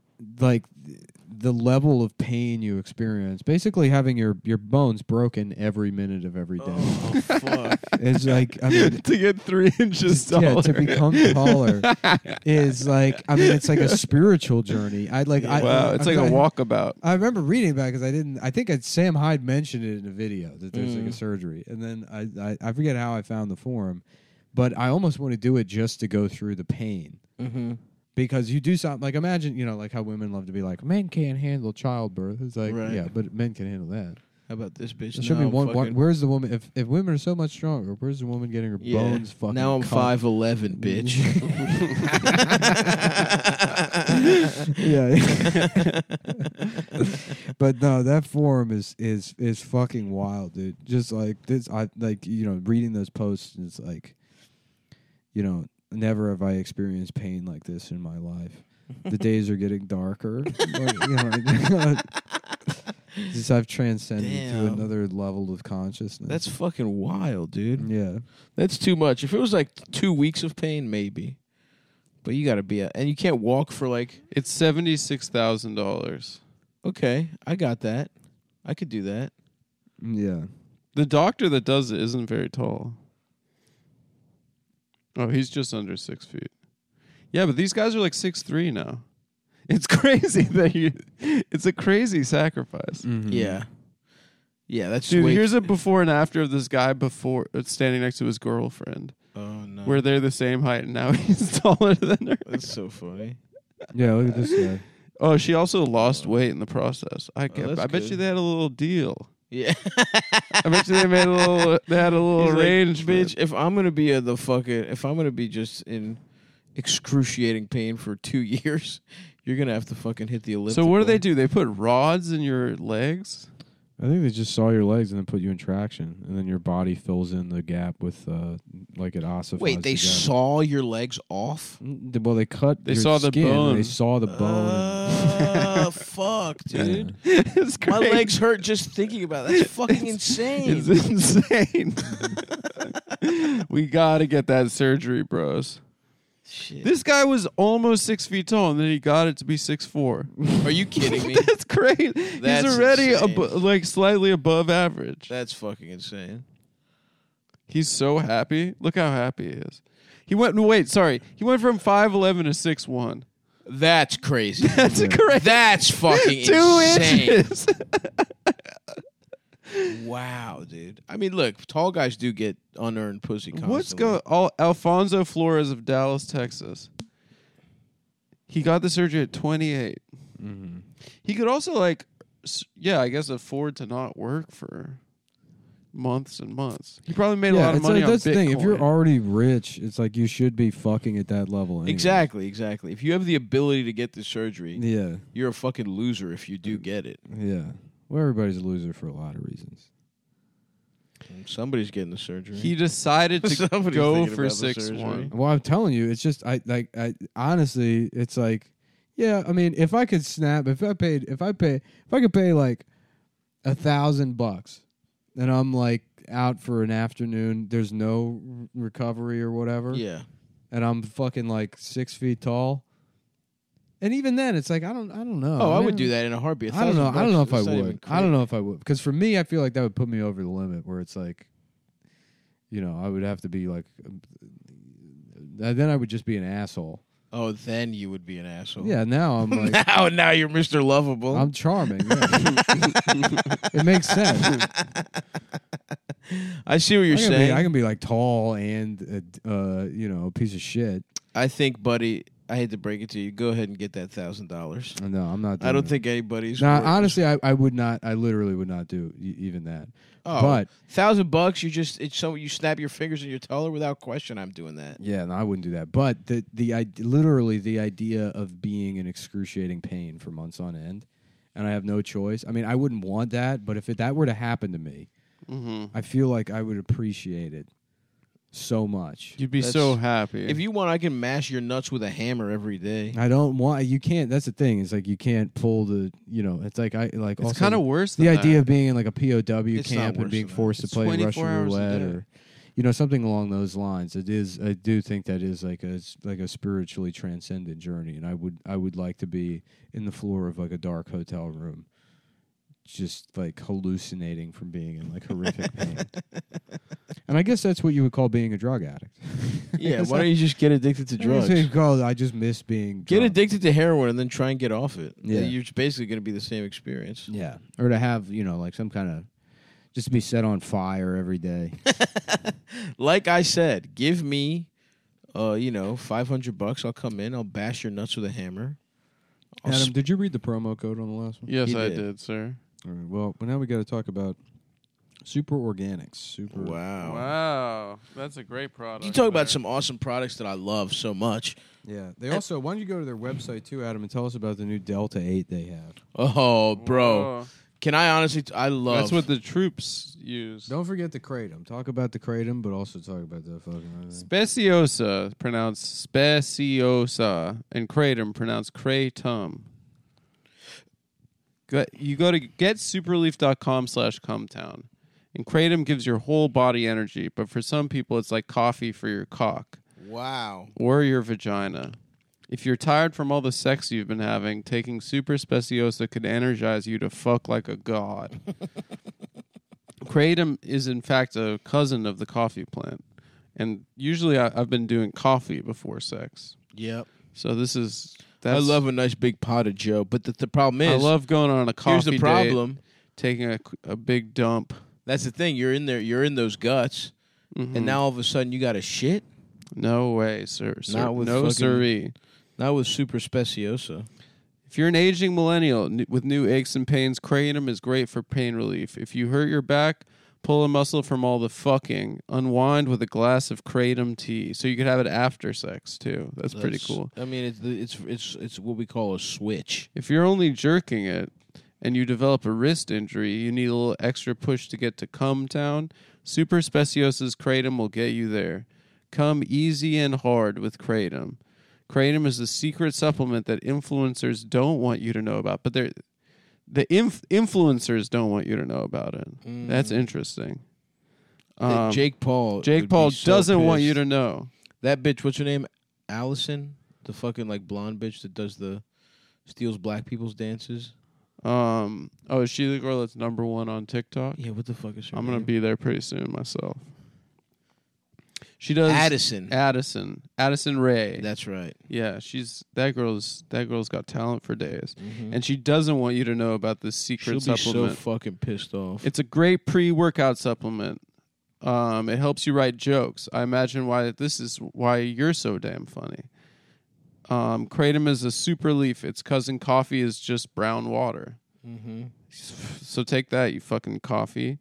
Speaker 2: like th- the level of pain you experience basically having your, your bones broken every minute of every day
Speaker 4: Oh, fuck.
Speaker 2: is like i mean
Speaker 1: to get three inches
Speaker 2: to- yeah,
Speaker 1: taller.
Speaker 2: to become taller is like I mean it's like a spiritual journey. I like I,
Speaker 1: wow,
Speaker 2: I,
Speaker 1: it's
Speaker 2: I-
Speaker 1: like a
Speaker 2: I-
Speaker 1: walkabout.
Speaker 2: I remember reading about because I didn't. I think it's- Sam Hyde mentioned it in a video that there's
Speaker 1: Mm.
Speaker 2: like a surgery, and then I, I I forget how I found the forum, but I almost want to do it just to go through the pain
Speaker 4: mm-hmm.
Speaker 2: because you do something like imagine you know like how women love to be like men can't handle childbirth. It's like
Speaker 4: Right.
Speaker 2: yeah, but men can handle that.
Speaker 4: How about this bitch?
Speaker 2: There should
Speaker 4: Now
Speaker 2: be
Speaker 4: I'm
Speaker 2: one, one.
Speaker 4: fucking-
Speaker 2: Where's the woman? If if women are so much stronger, where's the woman getting her
Speaker 4: Yeah.
Speaker 2: bones fucking?
Speaker 4: Now I'm
Speaker 2: cut?
Speaker 4: five eleven, bitch.
Speaker 2: yeah. but no, that forum is is is fucking wild, dude. Just like this, I like you know reading those posts and it's like, you know, never have I experienced pain like this in my life. The days are getting darker. Like, you know, just I've transcended to
Speaker 4: Damn.
Speaker 2: another level of consciousness.
Speaker 4: That's fucking wild, dude.
Speaker 2: yeah.
Speaker 4: That's too much. If it was like two weeks of pain, maybe. But you got to be, a, and you can't walk for like.
Speaker 1: It's seventy six thousand dollars.
Speaker 4: Okay, I got that. I could do that.
Speaker 2: Yeah.
Speaker 1: The doctor that does it isn't very tall. Oh, he's just under six feet. Yeah, but these guys are like six three now. It's crazy that you. It's a crazy sacrifice.
Speaker 2: Mm-hmm.
Speaker 4: Yeah, yeah. That's
Speaker 1: Dude,
Speaker 4: way-
Speaker 1: here's a before and after of this guy before uh, standing next to his girlfriend,
Speaker 4: Oh no,
Speaker 1: where they're the same height, and now he's taller than her.
Speaker 4: that's so funny.
Speaker 2: Yeah, look at this guy.
Speaker 1: Oh, she also lost weight in the process. I kept,
Speaker 4: Oh, that's
Speaker 1: I bet
Speaker 4: good.
Speaker 1: you they had a little deal.
Speaker 4: Yeah,
Speaker 1: I bet you they made a little. They had a little
Speaker 4: He's like,
Speaker 1: range,
Speaker 4: bitch. If I'm gonna be a, the fucking, if I'm gonna be just in excruciating pain for two years, you're gonna have to fucking hit the
Speaker 1: So
Speaker 4: elliptical.
Speaker 1: what do they do? They put rods in your legs.
Speaker 2: I think they just saw your legs and then put you in traction, and then your body fills in the gap with uh, like it ossifies.
Speaker 4: Wait, they
Speaker 2: together.
Speaker 4: saw your legs off?
Speaker 2: Mm, th- Well, they cut.
Speaker 1: They
Speaker 2: your
Speaker 1: saw the
Speaker 2: skin, and
Speaker 1: bone.
Speaker 2: They saw the bone.
Speaker 4: Uh, fuck, dude.
Speaker 1: it's
Speaker 4: My
Speaker 1: great.
Speaker 4: legs hurt just thinking about it. That's fucking insane.
Speaker 1: It's insane. we gotta get that surgery, bros.
Speaker 4: Shit.
Speaker 1: This guy was almost six feet tall, and then he got it to be six four.
Speaker 4: Are you kidding me?
Speaker 1: That's great.
Speaker 4: That's
Speaker 1: He's already
Speaker 4: insane.
Speaker 1: abo- like slightly above average.
Speaker 4: That's fucking insane.
Speaker 1: He's so happy. Look how happy he is. He went. no, Wait, sorry. He went from five eleven to six one.
Speaker 4: That's crazy.
Speaker 1: That's correct.
Speaker 4: That's fucking
Speaker 1: Two
Speaker 4: insane.
Speaker 1: inches.
Speaker 4: Wow, dude. I mean, look, tall guys do get unearned pussy. Constantly.
Speaker 1: What's going? Al- Alfonso Flores of Dallas, Texas. He got the surgery at 28.
Speaker 4: Mm-hmm.
Speaker 1: He could also like, s- yeah, I guess afford to not work for months and months. He probably made a lot of
Speaker 2: it's
Speaker 1: money
Speaker 2: like,
Speaker 1: on
Speaker 2: that's the thing. If you're
Speaker 1: Bitcoin.
Speaker 2: already rich, it's like you should be fucking at that level. Anyway.
Speaker 4: Exactly, exactly. If you have the ability to get the surgery,
Speaker 2: Yeah,
Speaker 4: you're a fucking loser if you do get it.
Speaker 2: yeah. Well, everybody's a loser for a lot of reasons.
Speaker 4: Somebody's getting the surgery.
Speaker 1: he decided to
Speaker 4: Somebody's
Speaker 1: go
Speaker 4: thinking
Speaker 1: for
Speaker 4: about the
Speaker 1: six
Speaker 4: surgery.
Speaker 1: one.
Speaker 2: Well, I'm telling you, it's just I like I honestly, it's like yeah. I mean, if I could snap, if I paid, if I pay, if I could pay like a thousand bucks, and I'm like out for an afternoon, there's no r- recovery or whatever,
Speaker 4: yeah.
Speaker 2: and I'm fucking like six feet tall. And even then, it's like I don't, I don't know.
Speaker 4: Oh, I
Speaker 2: mean,
Speaker 4: would do that in a heartbeat. A
Speaker 2: I don't know.
Speaker 4: thousand
Speaker 2: I don't know
Speaker 4: bucks,
Speaker 2: if I
Speaker 4: that's not even
Speaker 2: would. I
Speaker 4: crazy.
Speaker 2: don't know if I would. Because for me, I feel like that would put me over the limit where it's like, you know, I would have to be like, uh, then I would just be an asshole.
Speaker 4: Oh, then you would be an asshole.
Speaker 2: Yeah. Now I'm like,
Speaker 4: now, now you're Mr. Lovable.
Speaker 2: I'm charming. yeah. it makes sense.
Speaker 4: I see what you're
Speaker 2: I can, be,
Speaker 4: saying.
Speaker 2: I
Speaker 4: I,
Speaker 2: can be like tall and uh, uh, you know a piece of shit.
Speaker 4: think, buddy, I hate to break it to you. Go ahead and get that thousand dollars.
Speaker 2: No, I'm not.
Speaker 4: I
Speaker 2: doing
Speaker 4: don't
Speaker 2: it.
Speaker 4: think anybody's.
Speaker 2: No,
Speaker 4: worth-
Speaker 2: Mm. honestly, I, I would not. I literally would not do e- even that.
Speaker 4: Oh,
Speaker 2: but-
Speaker 4: thousand bucks, you just it's so you snap your fingers and you're taller without question. I'm doing that.
Speaker 2: Yeah, no, I wouldn't do that. But the the I, literally the idea of being in excruciating pain for months on end, and I have no choice. I mean, I wouldn't want that, but if it, that were to happen to me,
Speaker 1: Mm-hmm.
Speaker 2: I feel like I would appreciate it so much.
Speaker 1: You'd be
Speaker 4: That's-
Speaker 1: so happy.
Speaker 4: If you want, I can mash your nuts with a hammer every day.
Speaker 2: I don't want you can't. That's the thing. It's like you can't pull the you know. It's like I like
Speaker 1: it's
Speaker 2: also
Speaker 1: kind of worse than
Speaker 2: the idea
Speaker 1: that.
Speaker 2: of being in like a POW
Speaker 4: It's not
Speaker 2: camp and
Speaker 4: worse
Speaker 2: being
Speaker 4: than that.
Speaker 2: forced
Speaker 1: It's
Speaker 2: to play
Speaker 1: 24
Speaker 2: Russian
Speaker 1: hours a
Speaker 2: roulette
Speaker 1: day.
Speaker 2: or you know something along those lines. It is. I do think that is like a s- like a spiritually transcendent journey, and I would I would like to be in the floor of like a dark hotel room, just like hallucinating from being in like horrific pain. and I guess that's what you would call being a drug addict.
Speaker 4: Yeah,
Speaker 2: It's
Speaker 4: why
Speaker 2: not-
Speaker 4: don't you just get addicted to
Speaker 2: I guess
Speaker 4: drugs?
Speaker 2: you could call it, I just miss being
Speaker 4: Get
Speaker 2: drunk.
Speaker 4: addicted to heroin and then try and get off it.
Speaker 2: Yeah.
Speaker 4: You're basically going to be the same experience.
Speaker 2: Yeah. Or to have, you know, like some kind of just to be set on fire every day.
Speaker 4: Like I said, give me, uh, you know, 500 bucks. I'll come in. I'll bash your nuts with a hammer. I'll
Speaker 2: Adam,
Speaker 4: sp-
Speaker 2: did you read the promo code on the last one?
Speaker 1: yes,
Speaker 4: He
Speaker 1: I
Speaker 4: did.
Speaker 1: did, sir.
Speaker 2: All right. Well, but now we got to talk about super organics. Super.
Speaker 4: wow.
Speaker 1: Wow, that's a great product.
Speaker 4: You talk about
Speaker 1: there.
Speaker 4: some awesome products that I love so much.
Speaker 2: Yeah. They also, why don't you go to their website too, Adam, and tell us about the new Delta 8 they have.
Speaker 4: Oh, bro.
Speaker 1: Whoa.
Speaker 4: Can I honestly? T- I love.
Speaker 1: That's what the troops use.
Speaker 2: Don't forget the Kratom. Talk about the Kratom, but also talk about the fucking. other thing.
Speaker 1: Speciosa, pronounced speciosa, and kratom, pronounced kratom. Go- You go to getsuperleaf.com slash cumtown. And kratom gives your whole body energy, but for some people, it's like coffee for your cock
Speaker 4: wow.
Speaker 1: or your vagina. If you're tired from all the sex you've been having, taking Super Speciosa could energize you to fuck like a god. Kratom is, in fact, a cousin of the coffee plant. And usually I, I've been doing coffee before sex.
Speaker 4: Yep.
Speaker 1: So this is. That's,
Speaker 4: I love a nice big pot of Joe, but the, the problem is,
Speaker 1: I love going on a coffee
Speaker 4: here's the
Speaker 1: date,
Speaker 4: problem.
Speaker 1: taking a, a big dump.
Speaker 4: That's the thing. You're in there. You're in those guts,
Speaker 1: Mm-hmm.
Speaker 4: and now all of a sudden you got to shit.
Speaker 1: No way, sir. sir
Speaker 4: Not with
Speaker 1: no
Speaker 4: fucking-
Speaker 1: siree.
Speaker 4: Not with super speciosa.
Speaker 1: If you're an aging millennial n- with new aches and pains, Kratom is great for pain relief. If you hurt your back, pull a muscle from all the fucking, unwind with a glass of Kratom tea. So you could have it after sex too. That's, pretty cool.
Speaker 4: I mean, it's the, it's it's it's what we call a switch.
Speaker 1: If you're only jerking it and you develop a wrist injury, you need a little extra push to get to Cum Town. Super Speciosa's Kratom will get you there. Come easy and hard with Kratom. Kratom is the secret supplement that influencers don't want you to know about, but they're the inf- influencers don't want you to know about it. Mm. That's interesting. Um, Jake,
Speaker 4: Hmm. Jake Paul. would be
Speaker 1: Paul
Speaker 4: so
Speaker 1: doesn't want you
Speaker 4: pissed.
Speaker 1: to know.
Speaker 4: That bitch. What's her name? Allison, the fucking like blonde bitch that does the steals black people's dances.
Speaker 1: Um, oh, is she the girl that's number one on TikTok?
Speaker 4: Yeah. What the fuck is her?
Speaker 1: I'm gonna
Speaker 4: name?
Speaker 1: be there pretty soon myself. She does
Speaker 4: Addison.
Speaker 1: Addison. Addison Ray.
Speaker 4: That's right.
Speaker 1: yeah, she's that girl's that girl's got talent for days.
Speaker 4: Mhm.
Speaker 1: And she doesn't want you to know about this
Speaker 4: She'll be
Speaker 1: Mm-hmm. secret
Speaker 4: so
Speaker 1: supplement.
Speaker 4: fucking pissed off.
Speaker 1: it's a great pre workout supplement. Um, it helps you write jokes. I imagine why this is why you're so damn funny. Um, Kratom is a super leaf. Its cousin coffee is just brown water.
Speaker 4: mm-hmm.
Speaker 1: So take that, you fucking coffee.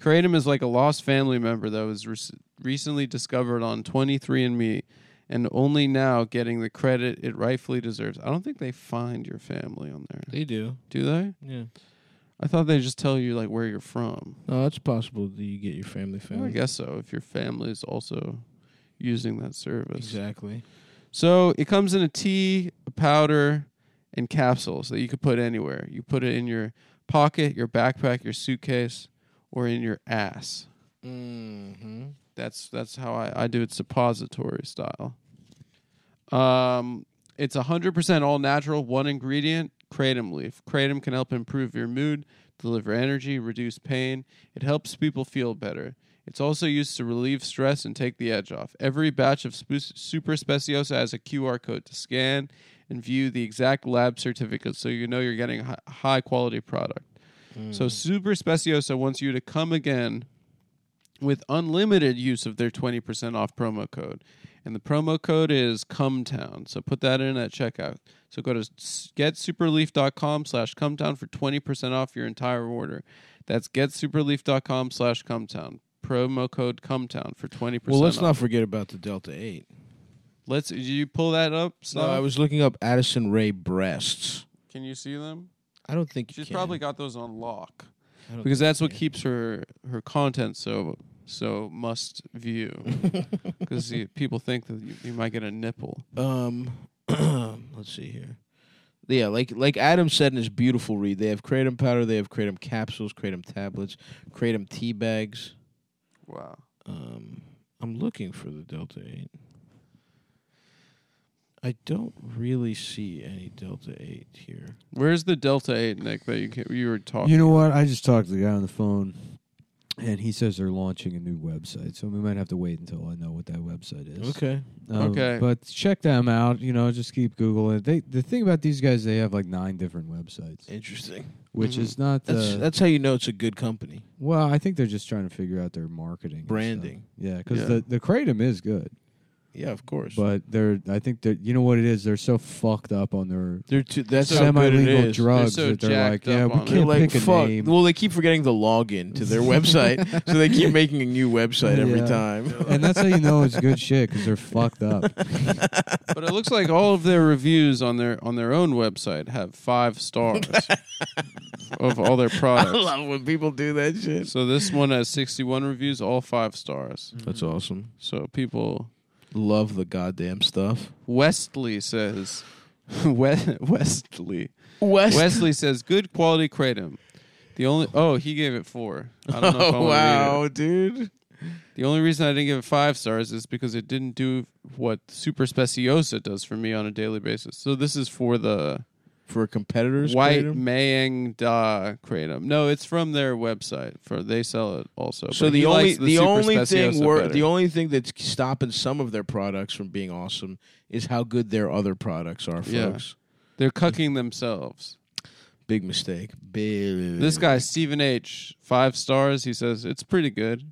Speaker 1: Kratom is like a lost family member that was rec- recently discovered on 23andMe and only now getting the credit it rightfully deserves. I don't think they find your family on there.
Speaker 4: They do.
Speaker 1: Do they?
Speaker 4: Yeah.
Speaker 1: I thought they just tell you like where you're from.
Speaker 4: No, it's possible that you get your family
Speaker 1: Well, I
Speaker 4: found.
Speaker 1: guess so if your family is also using that service.
Speaker 4: Exactly.
Speaker 1: So it comes in a tea, a powder, and capsules that you could put anywhere. You put it in your pocket, your backpack, your suitcase, or in your ass.
Speaker 4: Mm-hmm.
Speaker 1: That's that's how I, I do it suppository style. Um, it's 100% all natural, one ingredient, kratom leaf. Kratom can help improve your mood, deliver energy, reduce pain. It helps people feel better. It's also used to relieve stress and take the edge off. Every batch of spu- Super Speciosa has a QR code to scan and view the exact lab certificate so you know you're getting a hi- high quality product.
Speaker 4: Mm.
Speaker 1: So Super Speciosa wants you to come again with unlimited use of their 20% off promo code. And the promo code is Cumtown. So put that in at checkout. So go to s- getsuperleaf.com slash Cumtown for 20% off your entire order. That's getsuperleaf.com slash Cumtown. Promo code Cumtown for 20%
Speaker 4: Well, let's
Speaker 1: off.
Speaker 4: not forget about the Delta Eight.
Speaker 1: Let's, did you pull that up?
Speaker 4: No, I
Speaker 1: Slav?
Speaker 4: was looking up Addison Ray breasts.
Speaker 1: Can you see them?
Speaker 4: I don't think you
Speaker 1: She's
Speaker 4: can.
Speaker 1: probably got those on lock.
Speaker 4: I don't
Speaker 1: Because
Speaker 4: think
Speaker 1: that's
Speaker 4: you
Speaker 1: what keeps her, her content so so must view because people think that you, you might get a nipple.
Speaker 4: Um, let's see here. Yeah, like like Adam said in his beautiful read, they have kratom powder, they have kratom capsules, kratom tablets, kratom tea bags.
Speaker 1: Wow.
Speaker 4: Um, I'm looking for the delta eight. I don't really see any delta eight here.
Speaker 1: Where's the Delta Eight, Nick? That you ca- you were talking.
Speaker 2: You know what? I just talked to the guy on the phone, and he says they're launching a new website. So we might have to wait until I know what that website is.
Speaker 4: Okay.
Speaker 2: Um,
Speaker 1: Okay.
Speaker 2: But check them out. You know, just keep googling. They the thing about these guys, they have like nine different websites,
Speaker 4: Interesting. Uh,
Speaker 2: which
Speaker 1: Mhm.
Speaker 2: is not the.
Speaker 4: That's that's how you know it's a good company.
Speaker 2: well, I think they're just trying to figure out their marketing, and stuff.
Speaker 4: Branding.
Speaker 2: Yeah, because
Speaker 1: Yeah.
Speaker 2: the the kratom is good,
Speaker 4: Yeah, of course.
Speaker 2: but they're I think that you know what it is. They're so fucked up on their
Speaker 4: they're too, that's how good it
Speaker 2: semi-legal
Speaker 4: is.
Speaker 2: drugs
Speaker 1: so
Speaker 2: that they're
Speaker 1: jacked
Speaker 2: like, yeah,
Speaker 1: up
Speaker 2: we
Speaker 1: on it.
Speaker 2: can't
Speaker 4: They're like,
Speaker 2: pick a
Speaker 4: fuck.
Speaker 2: name.
Speaker 4: Well, they keep forgetting the login to their website, so they keep making a new website every
Speaker 2: Yeah.
Speaker 4: time.
Speaker 2: and that's how you know it's good shit because they're fucked up.
Speaker 1: but it looks like all of their reviews on their on their own website have five stars of all their
Speaker 4: I
Speaker 1: products.
Speaker 4: love when people do that shit.
Speaker 1: So this one has 61 reviews, all five stars.
Speaker 2: Mm.
Speaker 4: That's awesome.
Speaker 1: So people,
Speaker 4: Love the goddamn stuff.
Speaker 1: Westley says, Wes- Westley,
Speaker 4: West.
Speaker 1: Wesley says, good quality kratom. The only oh he gave it four. I don't know if I
Speaker 4: oh
Speaker 1: wanna read it.
Speaker 4: wow, dude.
Speaker 1: The only reason I didn't give it five stars is because it didn't do what Super Speciosa does for me on a daily basis. So this is for the
Speaker 4: For competitors,
Speaker 1: White
Speaker 4: kratom?
Speaker 1: Mayang Da Kratom. No, it's from their website. For they sell it also.
Speaker 4: So
Speaker 1: but he
Speaker 4: the only
Speaker 1: likes
Speaker 4: the,
Speaker 1: Super
Speaker 4: only thing
Speaker 1: Speciosa
Speaker 4: wor-
Speaker 1: better.
Speaker 4: the only thing that's stopping some of their products from being awesome is how good their other products are,
Speaker 1: Yeah.
Speaker 4: folks.
Speaker 1: they're cucking themselves.
Speaker 4: Big mistake. Big.
Speaker 1: This guy Stephen H, five stars. He says it's pretty good.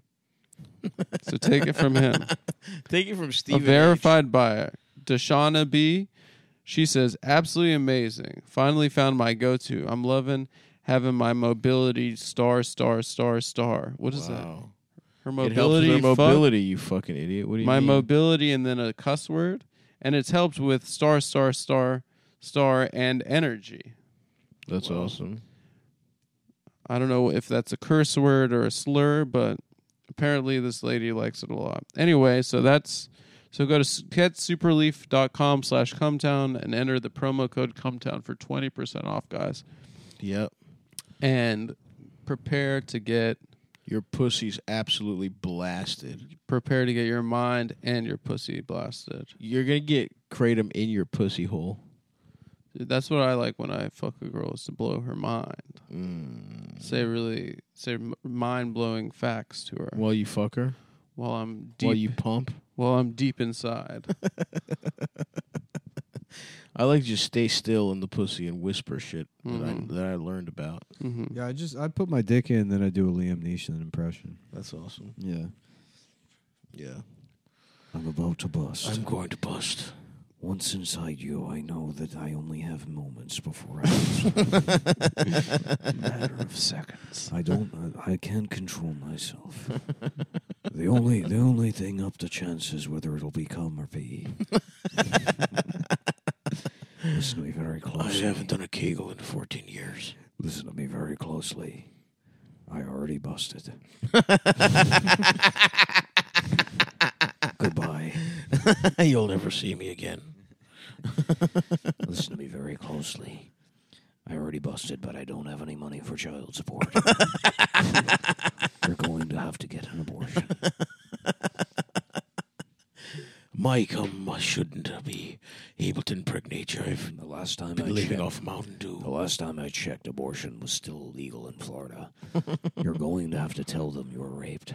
Speaker 1: so take it from him.
Speaker 4: Take it from Steven.
Speaker 1: a verified buyer. Deshauna B. She says, absolutely amazing. Finally found my go to. I'm loving having my mobility star, star, star, star. What is that?
Speaker 4: Wow.
Speaker 1: Her
Speaker 4: It helps
Speaker 1: mobility.
Speaker 4: their
Speaker 1: fuck,
Speaker 4: mobility, you fucking idiot. What do you
Speaker 1: my
Speaker 4: mean?
Speaker 1: mobility and then a cuss word. And it's helped with star, star, star, star, and energy.
Speaker 4: That's
Speaker 1: Wow.
Speaker 4: awesome.
Speaker 1: I don't know if that's a curse word or a slur, but apparently this lady likes it a lot. Anyway, so that's so go to s- getsuperleaf.com slash cumtown and enter the promo code cumtown for 20% off, guys.
Speaker 4: Yep.
Speaker 1: And prepare to get
Speaker 4: Your pussy's absolutely blasted.
Speaker 1: prepare to get your mind and your pussy blasted.
Speaker 4: You're gonna get kratom in your pussy hole.
Speaker 1: Dude, that's what I like when I fuck a girl is to blow her mind.
Speaker 4: Mm.
Speaker 1: Say really say mind blowing facts to her
Speaker 4: While you fuck her,
Speaker 1: while I'm deep
Speaker 4: while you pump.
Speaker 1: while I'm deep inside.
Speaker 4: I like to just stay still in the pussy and whisper shit
Speaker 1: Mhm.
Speaker 4: that, I, that I learned about.
Speaker 1: hmm
Speaker 2: Yeah, I just I put my dick in, then I do a Liam Neeson impression.
Speaker 4: That's awesome.
Speaker 2: Yeah,
Speaker 4: Yeah.
Speaker 2: I'm about to bust.
Speaker 4: going to bust.
Speaker 2: Once inside you, I know that I only have moments before I.
Speaker 1: Matter of seconds.
Speaker 2: I don't. I, I can't control myself. The only the only thing up to chance is whether it'll be cum or pee. Listen to me very
Speaker 4: I
Speaker 2: closely.
Speaker 4: haven't done a kegel in 14 years.
Speaker 2: Listen to me very closely. I already busted. Goodbye.
Speaker 4: You'll never see me again.
Speaker 2: Listen to me very closely. I already busted, but I don't have any money for child support. You're going to have to get an abortion.
Speaker 4: My cum shouldn't be able to impregnate you. I've
Speaker 2: The last time I
Speaker 4: been living
Speaker 2: checked,
Speaker 4: off Mountain
Speaker 2: the
Speaker 4: Dew.
Speaker 2: last time I checked, abortion was still legal in Florida. You're going to have to tell them you were raped.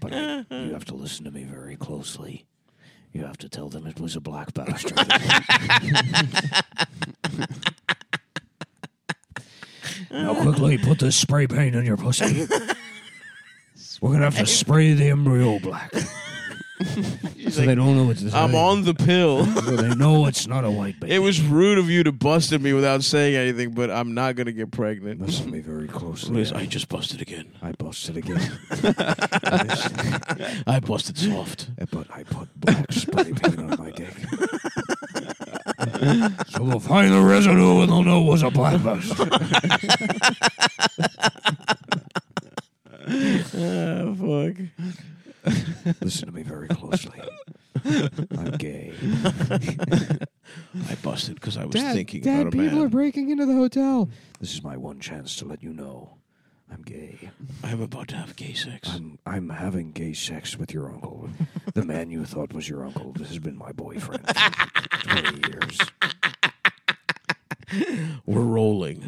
Speaker 2: But I, you have to listen to me very closely. You have to tell them it was a black bastard. now quickly put this spray paint in your pussy. We're gonna have to spray the embryo black. so they don't know it's.
Speaker 4: I'm on the pill.
Speaker 2: So they know it's not a white baby.
Speaker 4: It was rude of you to bust at me without saying anything, but I'm not gonna get pregnant.
Speaker 2: Listen to me very closely.
Speaker 4: Liz, I just busted again.
Speaker 2: I busted again.
Speaker 4: I busted soft.
Speaker 2: but I put black spray paint on my dick. so we'll find the residue and they'll know it was a platypus.
Speaker 4: Ah, fuck.
Speaker 2: Listen to me very closely. I'm gay.
Speaker 4: I busted because I was
Speaker 2: Dad,
Speaker 4: thinking
Speaker 2: Dad,
Speaker 4: about a
Speaker 2: people
Speaker 4: man.
Speaker 2: are breaking into the hotel.
Speaker 3: This is my one chance to let you know I'm gay.
Speaker 4: I'm about to have gay sex.
Speaker 3: I'm I'm having gay sex with your uncle. the man you thought was your uncle has been my boyfriend for 20 years.
Speaker 4: We're rolling.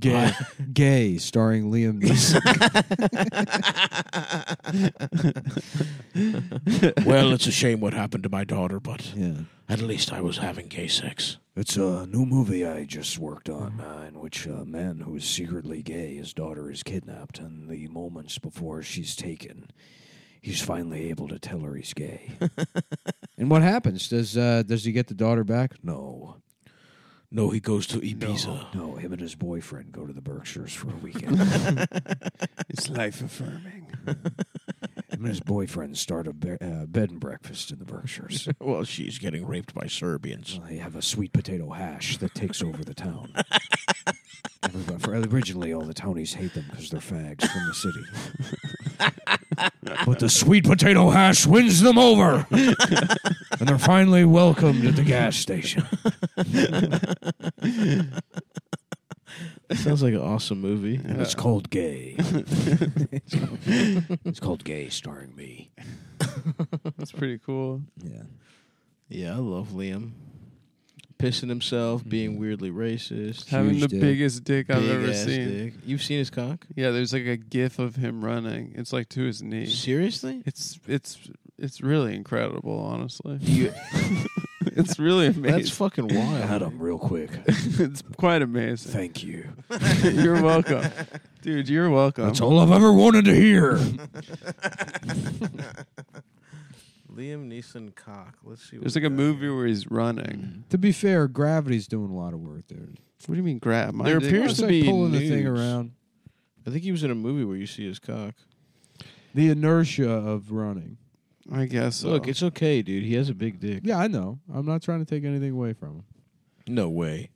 Speaker 2: Yeah, gay, gay, starring Liam Neeson.
Speaker 4: well, it's a shame what happened to my daughter, but
Speaker 2: yeah,
Speaker 4: at least I was having gay sex.
Speaker 3: It's a new movie I just worked on uh, in which a man who is secretly gay, his daughter is kidnapped, and the moments before she's taken, he's finally able to tell her he's gay.
Speaker 2: and what happens? Does uh, does he get the daughter back?
Speaker 3: No,
Speaker 4: No, he goes to Ibiza.
Speaker 3: no, him and his boyfriend go to the Berkshires for a weekend. him
Speaker 1: It's life affirming.
Speaker 3: and his boyfriend start a be- uh, bed and breakfast in the Berkshires.
Speaker 4: Well, she's getting raped by Serbians.
Speaker 3: They have a sweet potato hash that takes over the town. Everyone- for- originally, all the townies hate them because they're fags from the city.
Speaker 2: But the sweet potato hash wins them over, and they're finally welcomed at the gas station.
Speaker 4: Sounds like an awesome movie.
Speaker 3: And it's called Gay. it's called Gay, starring me.
Speaker 1: That's pretty cool.
Speaker 3: Yeah.
Speaker 4: Yeah, I love Liam. Pissing himself, being weirdly racist.
Speaker 1: Having the
Speaker 2: dick.
Speaker 1: biggest dick I've
Speaker 4: big
Speaker 1: Mm. ever
Speaker 4: ass
Speaker 1: seen.
Speaker 4: dick. You've seen his cock?
Speaker 1: Yeah, there's like a gif of him running. It's like to his knee.
Speaker 4: Seriously?
Speaker 1: It's it's it's really incredible, honestly.
Speaker 4: You-
Speaker 1: it's really
Speaker 4: That's
Speaker 1: amazing.
Speaker 4: fucking
Speaker 3: I
Speaker 4: wild.
Speaker 3: had him real quick.
Speaker 1: it's quite amazing.
Speaker 3: Thank you.
Speaker 1: you're welcome. Dude, you're welcome.
Speaker 2: That's all I've ever wanted to hear.
Speaker 4: Liam Neeson cock. Let's see.
Speaker 1: There's like a movie where he's
Speaker 4: Mm.
Speaker 1: running.
Speaker 2: to be fair, gravity's doing a lot of work there.
Speaker 1: What do you mean grab? Mine
Speaker 4: There
Speaker 1: didn't-
Speaker 4: appears
Speaker 2: It's
Speaker 4: to
Speaker 2: like
Speaker 4: be
Speaker 2: pulling the thing
Speaker 4: nudes.
Speaker 2: around.
Speaker 4: I think he was in a movie where you see his cock.
Speaker 2: The inertia of running.
Speaker 1: I guess so.
Speaker 4: Look, it's okay, dude. He has a big dick.
Speaker 2: Yeah, I know. I'm not trying to take anything away from him.
Speaker 4: No way.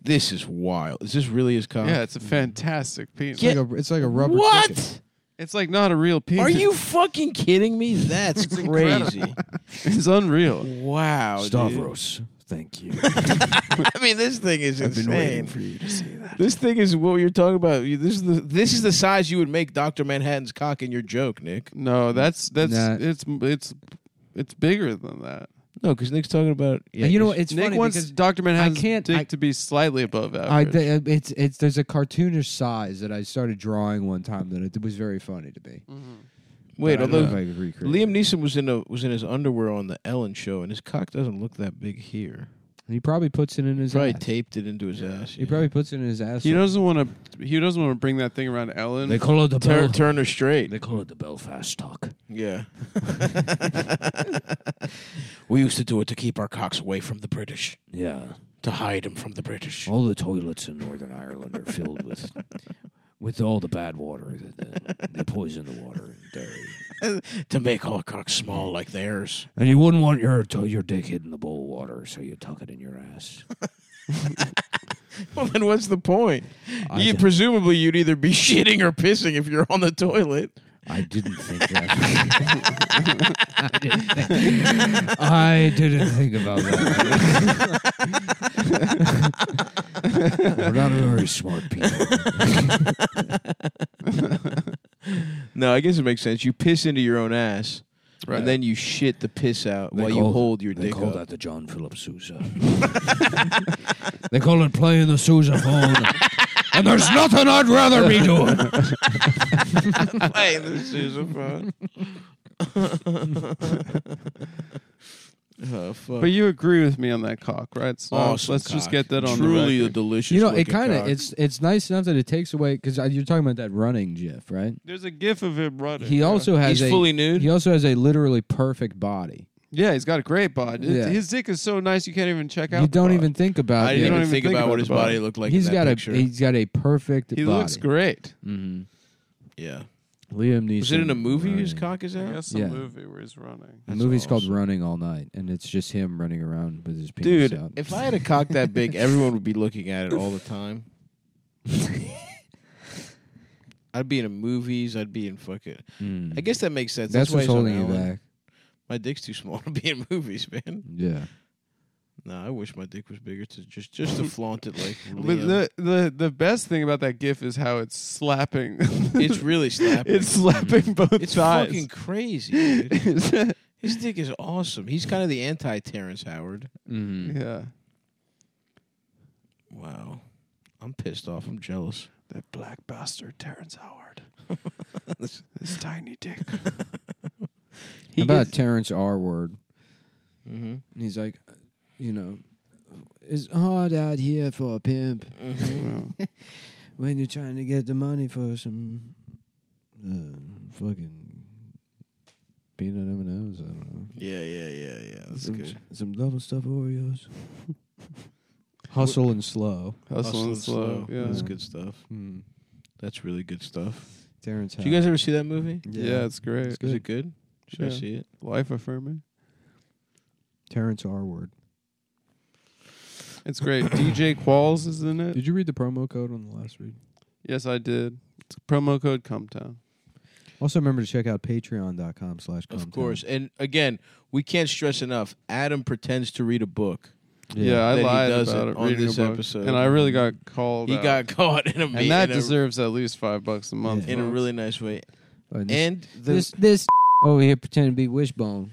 Speaker 4: This is wild. Is this really his cock?
Speaker 1: yeah, it's a fantastic penis.
Speaker 2: It's, like, a, it's like a rubber.
Speaker 4: What?
Speaker 2: chicken.
Speaker 1: It's like not a real penis.
Speaker 4: Are you fucking kidding me? That's crazy.
Speaker 1: It's unreal.
Speaker 4: Wow, dude.
Speaker 3: Stavros, thank you.
Speaker 4: I mean, this thing is
Speaker 3: I've been waiting
Speaker 4: insane.
Speaker 3: for you to say that.
Speaker 4: This thing is what you're talking about. You- This is the this is the size you would make Doctor Manhattan's cock in your joke, Nick.
Speaker 1: No, that's that's
Speaker 2: Nah.
Speaker 1: it's it's it's bigger than that.
Speaker 4: No, because Nick's talking about. Yeah,
Speaker 2: And you know what? It's
Speaker 1: Nick
Speaker 2: funny
Speaker 1: wants
Speaker 2: because
Speaker 1: Doctor Manhattan's
Speaker 2: can't-
Speaker 1: dick
Speaker 2: I-
Speaker 1: to be slightly above
Speaker 2: I
Speaker 1: average.
Speaker 2: th- uh, it's it's there's a cartoonish size that I started drawing one time that it was very funny to me.
Speaker 4: wait.
Speaker 2: But I don't know
Speaker 4: Although
Speaker 2: if I could recreate
Speaker 4: Liam
Speaker 2: it.
Speaker 4: Neeson was in a was in his underwear on the Ellen show, and his cock doesn't look that big here.
Speaker 2: he probably puts it in his
Speaker 4: Probably
Speaker 2: ass.
Speaker 4: taped it into his ass.
Speaker 2: he probably puts it in his ass.
Speaker 1: he doesn't want to. He doesn't want to bring that thing around Ellen.
Speaker 3: They call it the
Speaker 4: Tur-
Speaker 3: Bel-
Speaker 4: turn her straight.
Speaker 3: They call it the Belfast talk.
Speaker 4: Yeah. we used to do it to keep our cocks away from the British,
Speaker 3: Yeah.
Speaker 4: to hide them from the British.
Speaker 3: All the toilets in Northern Ireland are filled with with all the bad water. That, uh, they poison the water and dairy.
Speaker 4: To make our cocks small like theirs.
Speaker 3: And you wouldn't want your to- your dick hidden in the bowl of water, so you tuck it in your ass.
Speaker 4: Well, then what's the point?
Speaker 3: I
Speaker 4: You-
Speaker 3: d-
Speaker 4: presumably, you'd either be shitting or pissing if you're on the toilet.
Speaker 3: I didn't think that.
Speaker 2: I didn't think about that.
Speaker 3: We're not very smart people.
Speaker 4: No, I guess it makes sense. You piss into your own ass,
Speaker 1: Right.
Speaker 4: and then you shit the piss out
Speaker 3: They
Speaker 4: while you
Speaker 3: call-
Speaker 4: hold your
Speaker 3: They
Speaker 4: dick
Speaker 3: call
Speaker 4: up.
Speaker 3: that the John Philip Sousa.
Speaker 2: they call it playing the sousaphone, and there's nothing I'd rather be doing.
Speaker 4: Play the sousaphone. oh, fuck.
Speaker 1: but you agree with me on that cock, right? So
Speaker 4: Awesome
Speaker 1: let's just
Speaker 4: cock.
Speaker 1: get that on
Speaker 4: Truly
Speaker 1: the
Speaker 4: a
Speaker 1: record.
Speaker 4: delicious.
Speaker 2: You know, it
Speaker 4: looking
Speaker 2: kind of
Speaker 4: cock.
Speaker 2: it's it's nice enough that it takes away because you're talking about that running GIF, right?
Speaker 1: There's a gif of him running.
Speaker 2: He
Speaker 1: yeah.
Speaker 2: also has
Speaker 4: He's
Speaker 2: a
Speaker 4: fully nude?
Speaker 2: He also has a literally perfect body.
Speaker 1: yeah, he's got a great bod. It-
Speaker 2: Yeah.
Speaker 1: His dick is so nice you can't even check out.
Speaker 2: you
Speaker 1: the
Speaker 2: don't
Speaker 1: bod.
Speaker 2: even think about.
Speaker 4: I
Speaker 2: the-
Speaker 4: didn't
Speaker 1: don't
Speaker 4: even
Speaker 1: even
Speaker 4: think,
Speaker 1: think
Speaker 4: about
Speaker 1: about
Speaker 4: what his
Speaker 1: the body.
Speaker 4: body looked like.
Speaker 2: he's
Speaker 4: in that
Speaker 2: got
Speaker 4: picture.
Speaker 2: a he's got a perfect
Speaker 1: He
Speaker 2: body.
Speaker 1: looks great.
Speaker 2: hmm
Speaker 4: yeah.
Speaker 2: Liam Neeson.
Speaker 4: Was it in a movie his
Speaker 2: running.
Speaker 4: cock is
Speaker 1: I
Speaker 4: out?
Speaker 1: guess a
Speaker 2: Yeah.
Speaker 1: movie where he's running.
Speaker 2: The
Speaker 4: That's
Speaker 2: movie's called
Speaker 4: awesome.
Speaker 2: Running All Night, and it's just him running around with his penis
Speaker 4: Dude,
Speaker 2: out.
Speaker 4: if I had a cock that big, everyone would be looking at it all the time. I'd be in movies. I'd be in fucking.
Speaker 2: Mm.
Speaker 4: I guess that makes sense.
Speaker 2: that's
Speaker 4: why
Speaker 2: what's
Speaker 4: he's on
Speaker 2: holding you
Speaker 4: Ellen.
Speaker 2: back.
Speaker 4: My dick's too small to be in movies, man.
Speaker 2: Yeah.
Speaker 4: Nah, I wish my dick was bigger to just just to flaunt it like.
Speaker 1: But
Speaker 4: Liam.
Speaker 1: the, the the best thing about that GIF is how it's slapping.
Speaker 4: it's really slapping.
Speaker 1: it's slapping both
Speaker 4: It's
Speaker 1: thighs.
Speaker 4: fucking crazy. Dude. His dick is awesome. He's kind of the anti Terrence Howard.
Speaker 2: Mm.
Speaker 1: yeah,
Speaker 4: Wow. I'm pissed off. I'm jealous.
Speaker 1: that black bastard Terrence Howard. this tiny dick.
Speaker 2: How about Terrence R. Word?
Speaker 4: Mm-hmm.
Speaker 2: And he's like, you know, it's hard out here for a pimp
Speaker 4: Mm-hmm.
Speaker 2: when you're trying to get the money for some uh, fucking peanut M and M's. I don't know.
Speaker 4: Yeah, yeah, yeah, yeah. That's
Speaker 2: some,
Speaker 4: good.
Speaker 2: some double stuff Oreos. Hustle and slow.
Speaker 1: Hustle and slow. Yeah.
Speaker 4: That's good stuff.
Speaker 2: Mm.
Speaker 4: That's really good stuff.
Speaker 2: Terrence.
Speaker 4: Did you guys ever see that movie?
Speaker 1: yeah, it's great.
Speaker 2: It's good.
Speaker 4: Is it good? Should I
Speaker 1: Yeah.
Speaker 4: see it?
Speaker 1: Life affirming.
Speaker 2: Terrence R. Word.
Speaker 1: It's great. DJ Qualls is in it.
Speaker 2: Did you read the promo code on the last read?
Speaker 1: Yes, I did. It's promo code Cumtown.
Speaker 2: Also remember to check out patreon.com slash
Speaker 4: Of
Speaker 2: Comtown.
Speaker 4: course. And again, we can't stress enough. Adam pretends to read a book.
Speaker 1: Yeah, I
Speaker 4: That he
Speaker 1: lied
Speaker 4: does
Speaker 1: about
Speaker 4: it
Speaker 1: it
Speaker 4: on
Speaker 1: reading
Speaker 4: this
Speaker 1: a book,
Speaker 4: episode.
Speaker 1: and I really got called.
Speaker 4: He
Speaker 1: out.
Speaker 4: got caught in a
Speaker 1: and
Speaker 4: meeting
Speaker 1: that deserves at least five bucks a month.
Speaker 2: Yeah.
Speaker 4: in a
Speaker 1: folks.
Speaker 4: really nice way.
Speaker 2: Uh, this,
Speaker 4: And the
Speaker 2: this this over here pretending to be wishbone.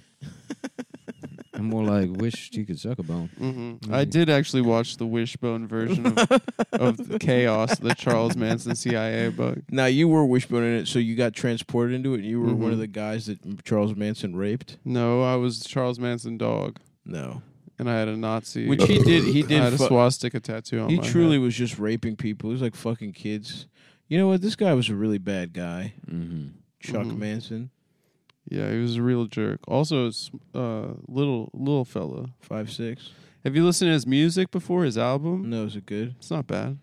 Speaker 2: I'm more like wish you could suck a bone.
Speaker 1: Mhm.
Speaker 4: Mm-hmm.
Speaker 1: I did actually watch the Wishbone version of, of the Chaos, the Charles Manson CIA book.
Speaker 4: now you were wishbone in it, so you got transported into it. and You were one
Speaker 1: Mhm.
Speaker 4: of the guys that Charles Manson raped.
Speaker 1: No, I was Charles Manson dog,
Speaker 4: No,
Speaker 1: and I had a Nazi.
Speaker 4: which he did. He
Speaker 1: I had
Speaker 4: did.
Speaker 1: a
Speaker 4: fu-
Speaker 1: swastika tattoo on
Speaker 4: he
Speaker 1: Oh, my
Speaker 4: truly
Speaker 1: head.
Speaker 4: was just raping people. He was like fucking kids. You know what? This guy was a really bad guy,
Speaker 2: Mm-hmm.
Speaker 4: Chuck
Speaker 1: Mhm.
Speaker 4: Manson.
Speaker 1: Yeah, he was a real jerk. Also, s- uh, little little fella.
Speaker 4: Five six.
Speaker 1: Have you listened to his music before? His album?
Speaker 4: No, is it good?
Speaker 1: Mm. It's not bad.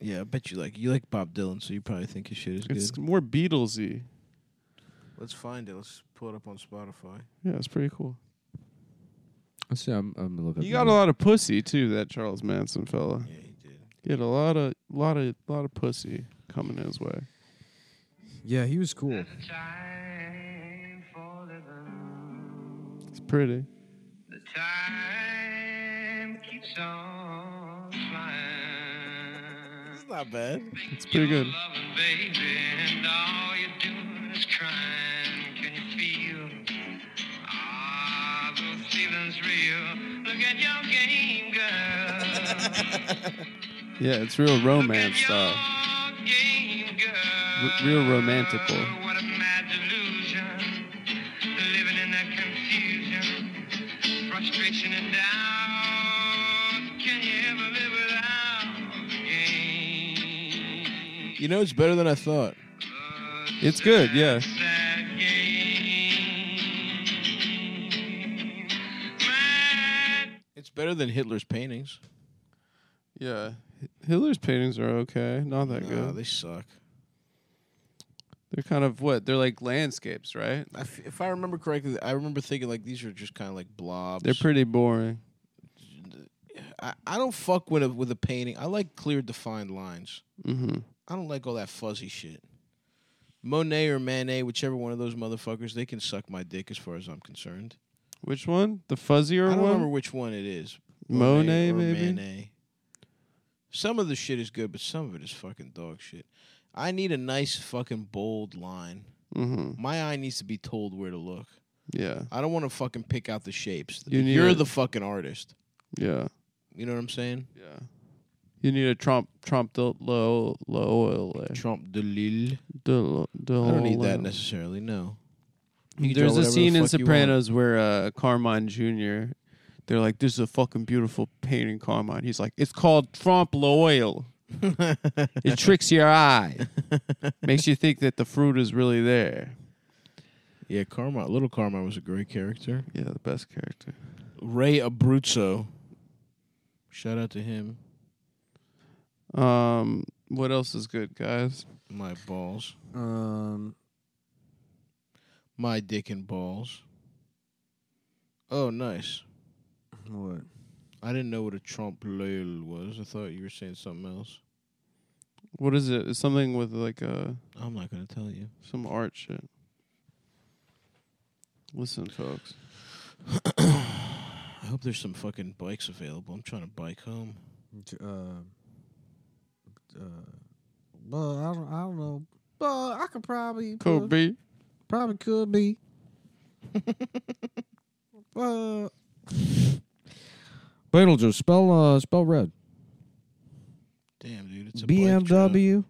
Speaker 4: Yeah, I bet you like you like Bob Dylan, so you probably think his shit is
Speaker 1: It's
Speaker 4: good.
Speaker 1: more Beatlesy.
Speaker 4: Let's find it. Let's pull it up on Spotify.
Speaker 1: Yeah, it's pretty cool.
Speaker 2: So I'm, I'm looking.
Speaker 1: He got a lot of pussy too. That Charles Manson fella.
Speaker 4: Yeah, he did.
Speaker 1: He had a lot of lot of lot of pussy coming his way.
Speaker 2: Yeah, he was cool.
Speaker 5: There's a time for living.
Speaker 1: It's pretty.
Speaker 5: The time keeps on flying.
Speaker 4: It's not bad.
Speaker 1: It's pretty good.
Speaker 5: Loving baby, and all you're doing is crying. Can you feel? Ah, those feelings real. Look at your game, girl.
Speaker 1: Yeah, it's real romance style.
Speaker 5: Game, girl.
Speaker 1: R- real romantical.
Speaker 5: What a mad delusion. Living in that confusion. Frustration and doubt. Can you ever live without the game?
Speaker 4: You know, it's better than I thought.
Speaker 1: It's good, yeah.
Speaker 5: Sad game. Mad
Speaker 4: It's better than Hitler's paintings.
Speaker 1: Yeah. Hitler's paintings are okay. Not that
Speaker 4: Nah,
Speaker 1: good.
Speaker 4: they suck.
Speaker 1: They're kind of what? They're like landscapes, right?
Speaker 4: I f- if I remember correctly, I remember thinking like these are just kind of like blobs.
Speaker 1: They're pretty boring.
Speaker 4: I, I don't fuck with a with a painting. I like clear, defined lines.
Speaker 1: Mm-hmm.
Speaker 4: I don't like all that fuzzy shit. Monet or Manet, whichever one of those motherfuckers, they can suck my dick as far as I'm concerned.
Speaker 1: Which one? The
Speaker 4: I
Speaker 1: fuzzier
Speaker 4: don't
Speaker 1: one?
Speaker 4: remember which one it is.
Speaker 1: Monet,
Speaker 4: or
Speaker 1: maybe?
Speaker 4: Manet. Some of the shit is good, but some of it is fucking dog shit. I need a nice fucking bold line.
Speaker 1: Mm-hmm.
Speaker 4: My eye needs to be told where to look.
Speaker 1: Yeah.
Speaker 4: I don't want to fucking pick out the shapes.
Speaker 1: You need
Speaker 4: You're
Speaker 1: a-
Speaker 4: the fucking artist.
Speaker 1: Yeah.
Speaker 4: You know what I'm saying?
Speaker 1: Yeah. You need a Trump Trump del low low oil.
Speaker 4: Trump de Lille.
Speaker 1: Del, del,
Speaker 4: I don't need that necessarily. No. You can draw
Speaker 1: Oh, There's a
Speaker 4: whatever the
Speaker 1: scene in
Speaker 4: fuck you want.
Speaker 1: Sopranos where uh, Carmine Jr. They're like, "This is a fucking beautiful painting, Carmine." He's like, "It's called Trump Loyal. It tricks your eye, makes you think that the fruit is really there."
Speaker 4: Yeah, Carmine. Little Carmine was a great character.
Speaker 1: Yeah, the best character.
Speaker 4: Ray Abruzzo. Shout out to him.
Speaker 1: Um, what else is good, guys?
Speaker 4: My balls.
Speaker 2: Um,
Speaker 4: my dick and balls. Oh, nice.
Speaker 3: What?
Speaker 4: I didn't know what a trompe l'oeil was. I thought you were saying something else.
Speaker 1: What is it? It's something with like uh
Speaker 4: I'm not gonna tell you.
Speaker 1: some art shit. Listen, folks.
Speaker 4: I hope there's some fucking bikes available. I'm trying to bike home.
Speaker 3: Uh, uh, but I don't, I don't know. But I could probably
Speaker 1: Cool B.
Speaker 3: Probably could be. uh,
Speaker 2: Beetle just spell uh spell red.
Speaker 4: Damn, dude, it's a bike trip.
Speaker 2: BMW.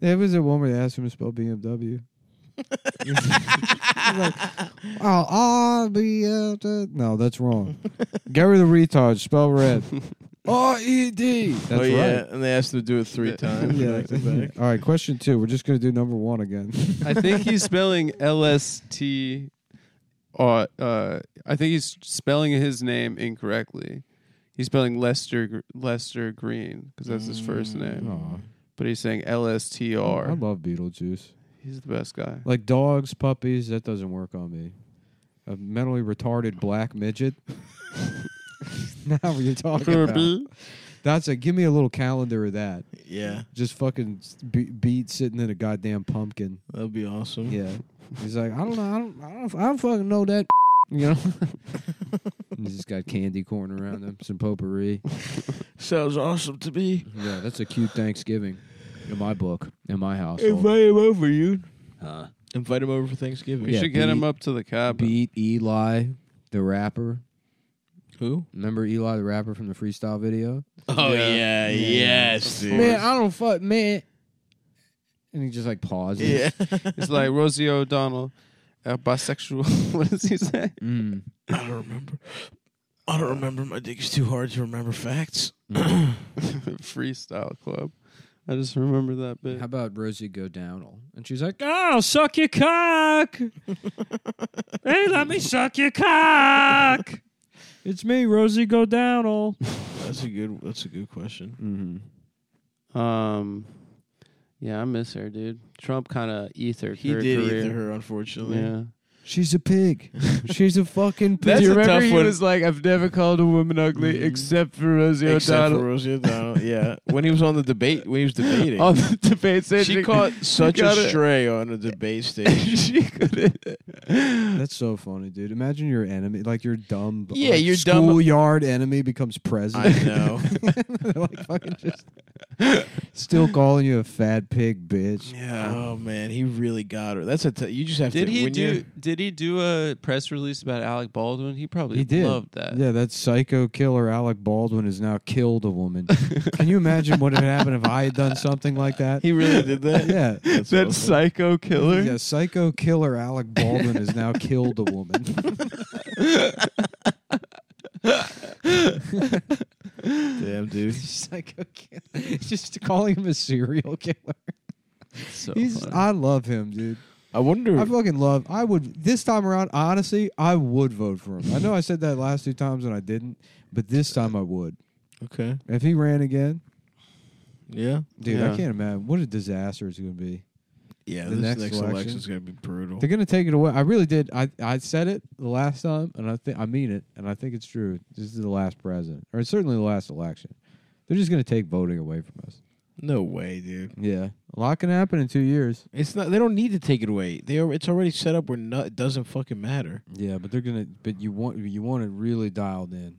Speaker 2: there was a woman that asked him to spell BMW. He's like, oh, R B F D." No, that's wrong. Gary the retard, spell red. R E D. That's
Speaker 4: oh yeah,
Speaker 2: right.
Speaker 4: and they asked him to do it three times. back to back.
Speaker 2: All right, question two. We're just gonna do number one again.
Speaker 1: I think he's spelling L S T uh, uh I think he's spelling his name incorrectly. He's spelling Lester Gr- Lester Green because that's his first name.
Speaker 2: Mm, Aw.
Speaker 1: But he's saying L S T
Speaker 2: I
Speaker 1: R.
Speaker 2: love Beetlejuice.
Speaker 1: He's the best guy.
Speaker 2: Like dogs, puppies, that doesn't work on me. A mentally retarded black midget. now what you're talking
Speaker 1: Cool
Speaker 2: about.
Speaker 1: B.
Speaker 2: That's a give me a little calendar of that.
Speaker 4: Yeah,
Speaker 2: Just fucking s- be, beat sitting in a goddamn pumpkin.
Speaker 4: that'd be awesome.
Speaker 2: Yeah. He's like, I don't know, I don't, I don't, I don't fucking know that. You know. and he's just got candy corn around him, some potpourri.
Speaker 4: sounds awesome to me.
Speaker 2: Yeah, that's a cute Thanksgiving. In my book, in my household.
Speaker 4: Invite him over, you.
Speaker 2: Huh.
Speaker 4: Invite him over for Thanksgiving.
Speaker 1: We
Speaker 2: Yeah,
Speaker 1: should get him
Speaker 2: B-
Speaker 1: up to the cabin.
Speaker 2: Beat Eli, the rapper.
Speaker 4: Who?
Speaker 2: Remember Eli the rapper from the freestyle video?
Speaker 4: Oh
Speaker 1: Yeah.
Speaker 4: yeah, yes, dude.
Speaker 2: Man, I don't fuck man. And he just like pauses.
Speaker 4: yeah.
Speaker 1: It's like Rosie O'Donnell, uh, bisexual. what does he say?
Speaker 2: Mm.
Speaker 4: I don't remember. I don't remember. My dick is too hard to remember facts.
Speaker 1: Freestyle Club. I just remember that bit.
Speaker 2: How about Rosie go downal? And she's like, "Oh, suck your cock! hey, let me suck your cock! It's me, Rosie go downal."
Speaker 4: That's a good. That's a good question.
Speaker 2: Mm-hmm.
Speaker 1: Um, yeah, I miss her, dude. Trump kind of ethered
Speaker 4: He
Speaker 1: her
Speaker 4: did
Speaker 1: career.
Speaker 4: either her, unfortunately.
Speaker 1: Yeah,
Speaker 2: She's a pig. She's a fucking pig.
Speaker 4: That's a tough one. Mm-hmm.
Speaker 1: like, "I've never called a woman ugly except for Rosie
Speaker 4: Except for Rosie O'Donnell. yeah, when he was on the debate, when he was debating,
Speaker 1: on the debate stage."
Speaker 4: she caught such a
Speaker 1: got it.
Speaker 4: stray on a debate stage.
Speaker 1: she couldn't.
Speaker 2: That's so funny, dude. Imagine your enemy, like your dumb,
Speaker 4: Yeah,
Speaker 2: like,
Speaker 4: your dumb-
Speaker 2: schoolyard enemy becomes
Speaker 4: I
Speaker 2: president.
Speaker 4: know.
Speaker 2: They're like fucking just still calling you a fat pig, bitch.
Speaker 1: Yeah.
Speaker 4: Oh man, he really got her. That's a. T- you just have
Speaker 1: Did
Speaker 4: to.
Speaker 1: he
Speaker 4: when
Speaker 1: do?
Speaker 4: you-
Speaker 1: Did he do a press release about Alec Baldwin? He probably
Speaker 2: He did.
Speaker 1: loved that.
Speaker 2: Yeah, that psycho killer Alec Baldwin has now killed a woman. Can you imagine what would happen if I had done something like that?
Speaker 4: He really did that.
Speaker 2: yeah.
Speaker 4: That's
Speaker 1: That
Speaker 4: awesome.
Speaker 1: psycho killer.
Speaker 2: Yeah, psycho killer Alec Baldwin has now killed a woman.
Speaker 4: Damn, dude.
Speaker 2: psycho killer. Just calling him a serial killer.
Speaker 1: So
Speaker 2: He's,
Speaker 1: funny.
Speaker 2: I love him, dude.
Speaker 4: I wonder.
Speaker 2: I fucking love. I would this time around. Honestly, I would vote for him. I know I said that last two times and I didn't, but this time I would.
Speaker 4: okay.
Speaker 2: If he ran again,
Speaker 4: Yeah.
Speaker 2: dude, I
Speaker 1: Yeah.
Speaker 2: can't imagine what a disaster it's going to be.
Speaker 4: Yeah.
Speaker 2: The
Speaker 4: this
Speaker 2: next
Speaker 4: next,
Speaker 2: election.
Speaker 4: election's gonna be brutal.
Speaker 2: They're going to take it away. I really did. I I said it the last time, and I think I mean it, and I think it's true. This is the last president, or certainly the last election. They're just going to take voting away from us.
Speaker 4: No way, dude.
Speaker 2: Yeah, a lot can happen in two years.
Speaker 4: It's not. They don't need to take it away. They. Are, it's already set up where no, it doesn't fucking matter.
Speaker 2: Yeah, but they're gonna. But you want you want it really dialed in.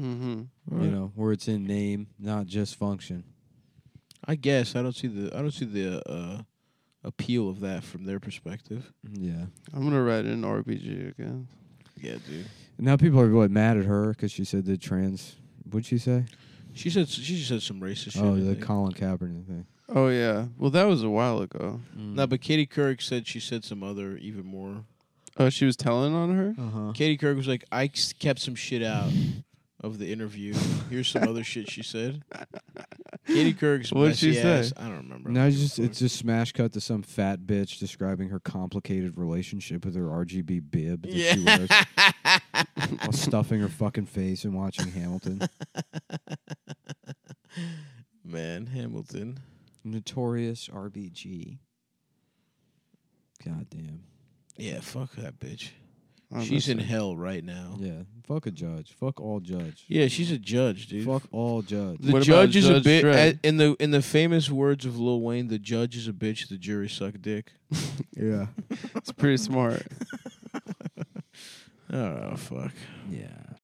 Speaker 1: mm-hmm.
Speaker 2: You know where it's in name, not just function.
Speaker 4: I guess I don't see the. I don't see the uh, appeal of that from their perspective.
Speaker 2: Yeah.
Speaker 1: I'm gonna write an RPG again.
Speaker 4: Yeah, dude.
Speaker 2: Now people are going mad at her because she said the trans. What'd she say?
Speaker 4: She said. She just said some racist shit.
Speaker 2: oh,
Speaker 4: I
Speaker 2: the
Speaker 4: think.
Speaker 2: Colin Kaepernick thing.
Speaker 1: Oh yeah. Well, that was a while ago.
Speaker 4: No, but Katie Couric said she said some other even more.
Speaker 1: Oh, she was telling on her.
Speaker 2: Uh huh.
Speaker 4: Katie Couric was like, I s- kept some shit out of the interview. Here's some other shit she said. Katie Couric's
Speaker 1: What'd she
Speaker 4: messy ass-
Speaker 1: say?
Speaker 4: I don't remember.
Speaker 2: Now it's just it's just smash cut to some fat bitch describing her complicated relationship with her RGB bib that she wears while stuffing her fucking face and watching Hamilton.
Speaker 4: man, Hamilton.
Speaker 2: Notorious RBG. God damn.
Speaker 4: Yeah, fuck that bitch.
Speaker 1: I don't
Speaker 4: She's
Speaker 1: know.
Speaker 4: in hell right now.
Speaker 2: Yeah. Fuck a judge. Fuck all judge.
Speaker 4: Oh. Yeah, she's a judge, dude.
Speaker 2: Fuck all judge.
Speaker 4: The
Speaker 1: What about
Speaker 4: judge is
Speaker 1: Judge
Speaker 4: a bitch.
Speaker 1: Dredd?
Speaker 4: in the in the famous words of Lil Wayne, the judge is a bitch. The jury suck dick.
Speaker 2: Yeah.
Speaker 1: It's pretty smart.
Speaker 4: Oh fuck.
Speaker 2: Yeah.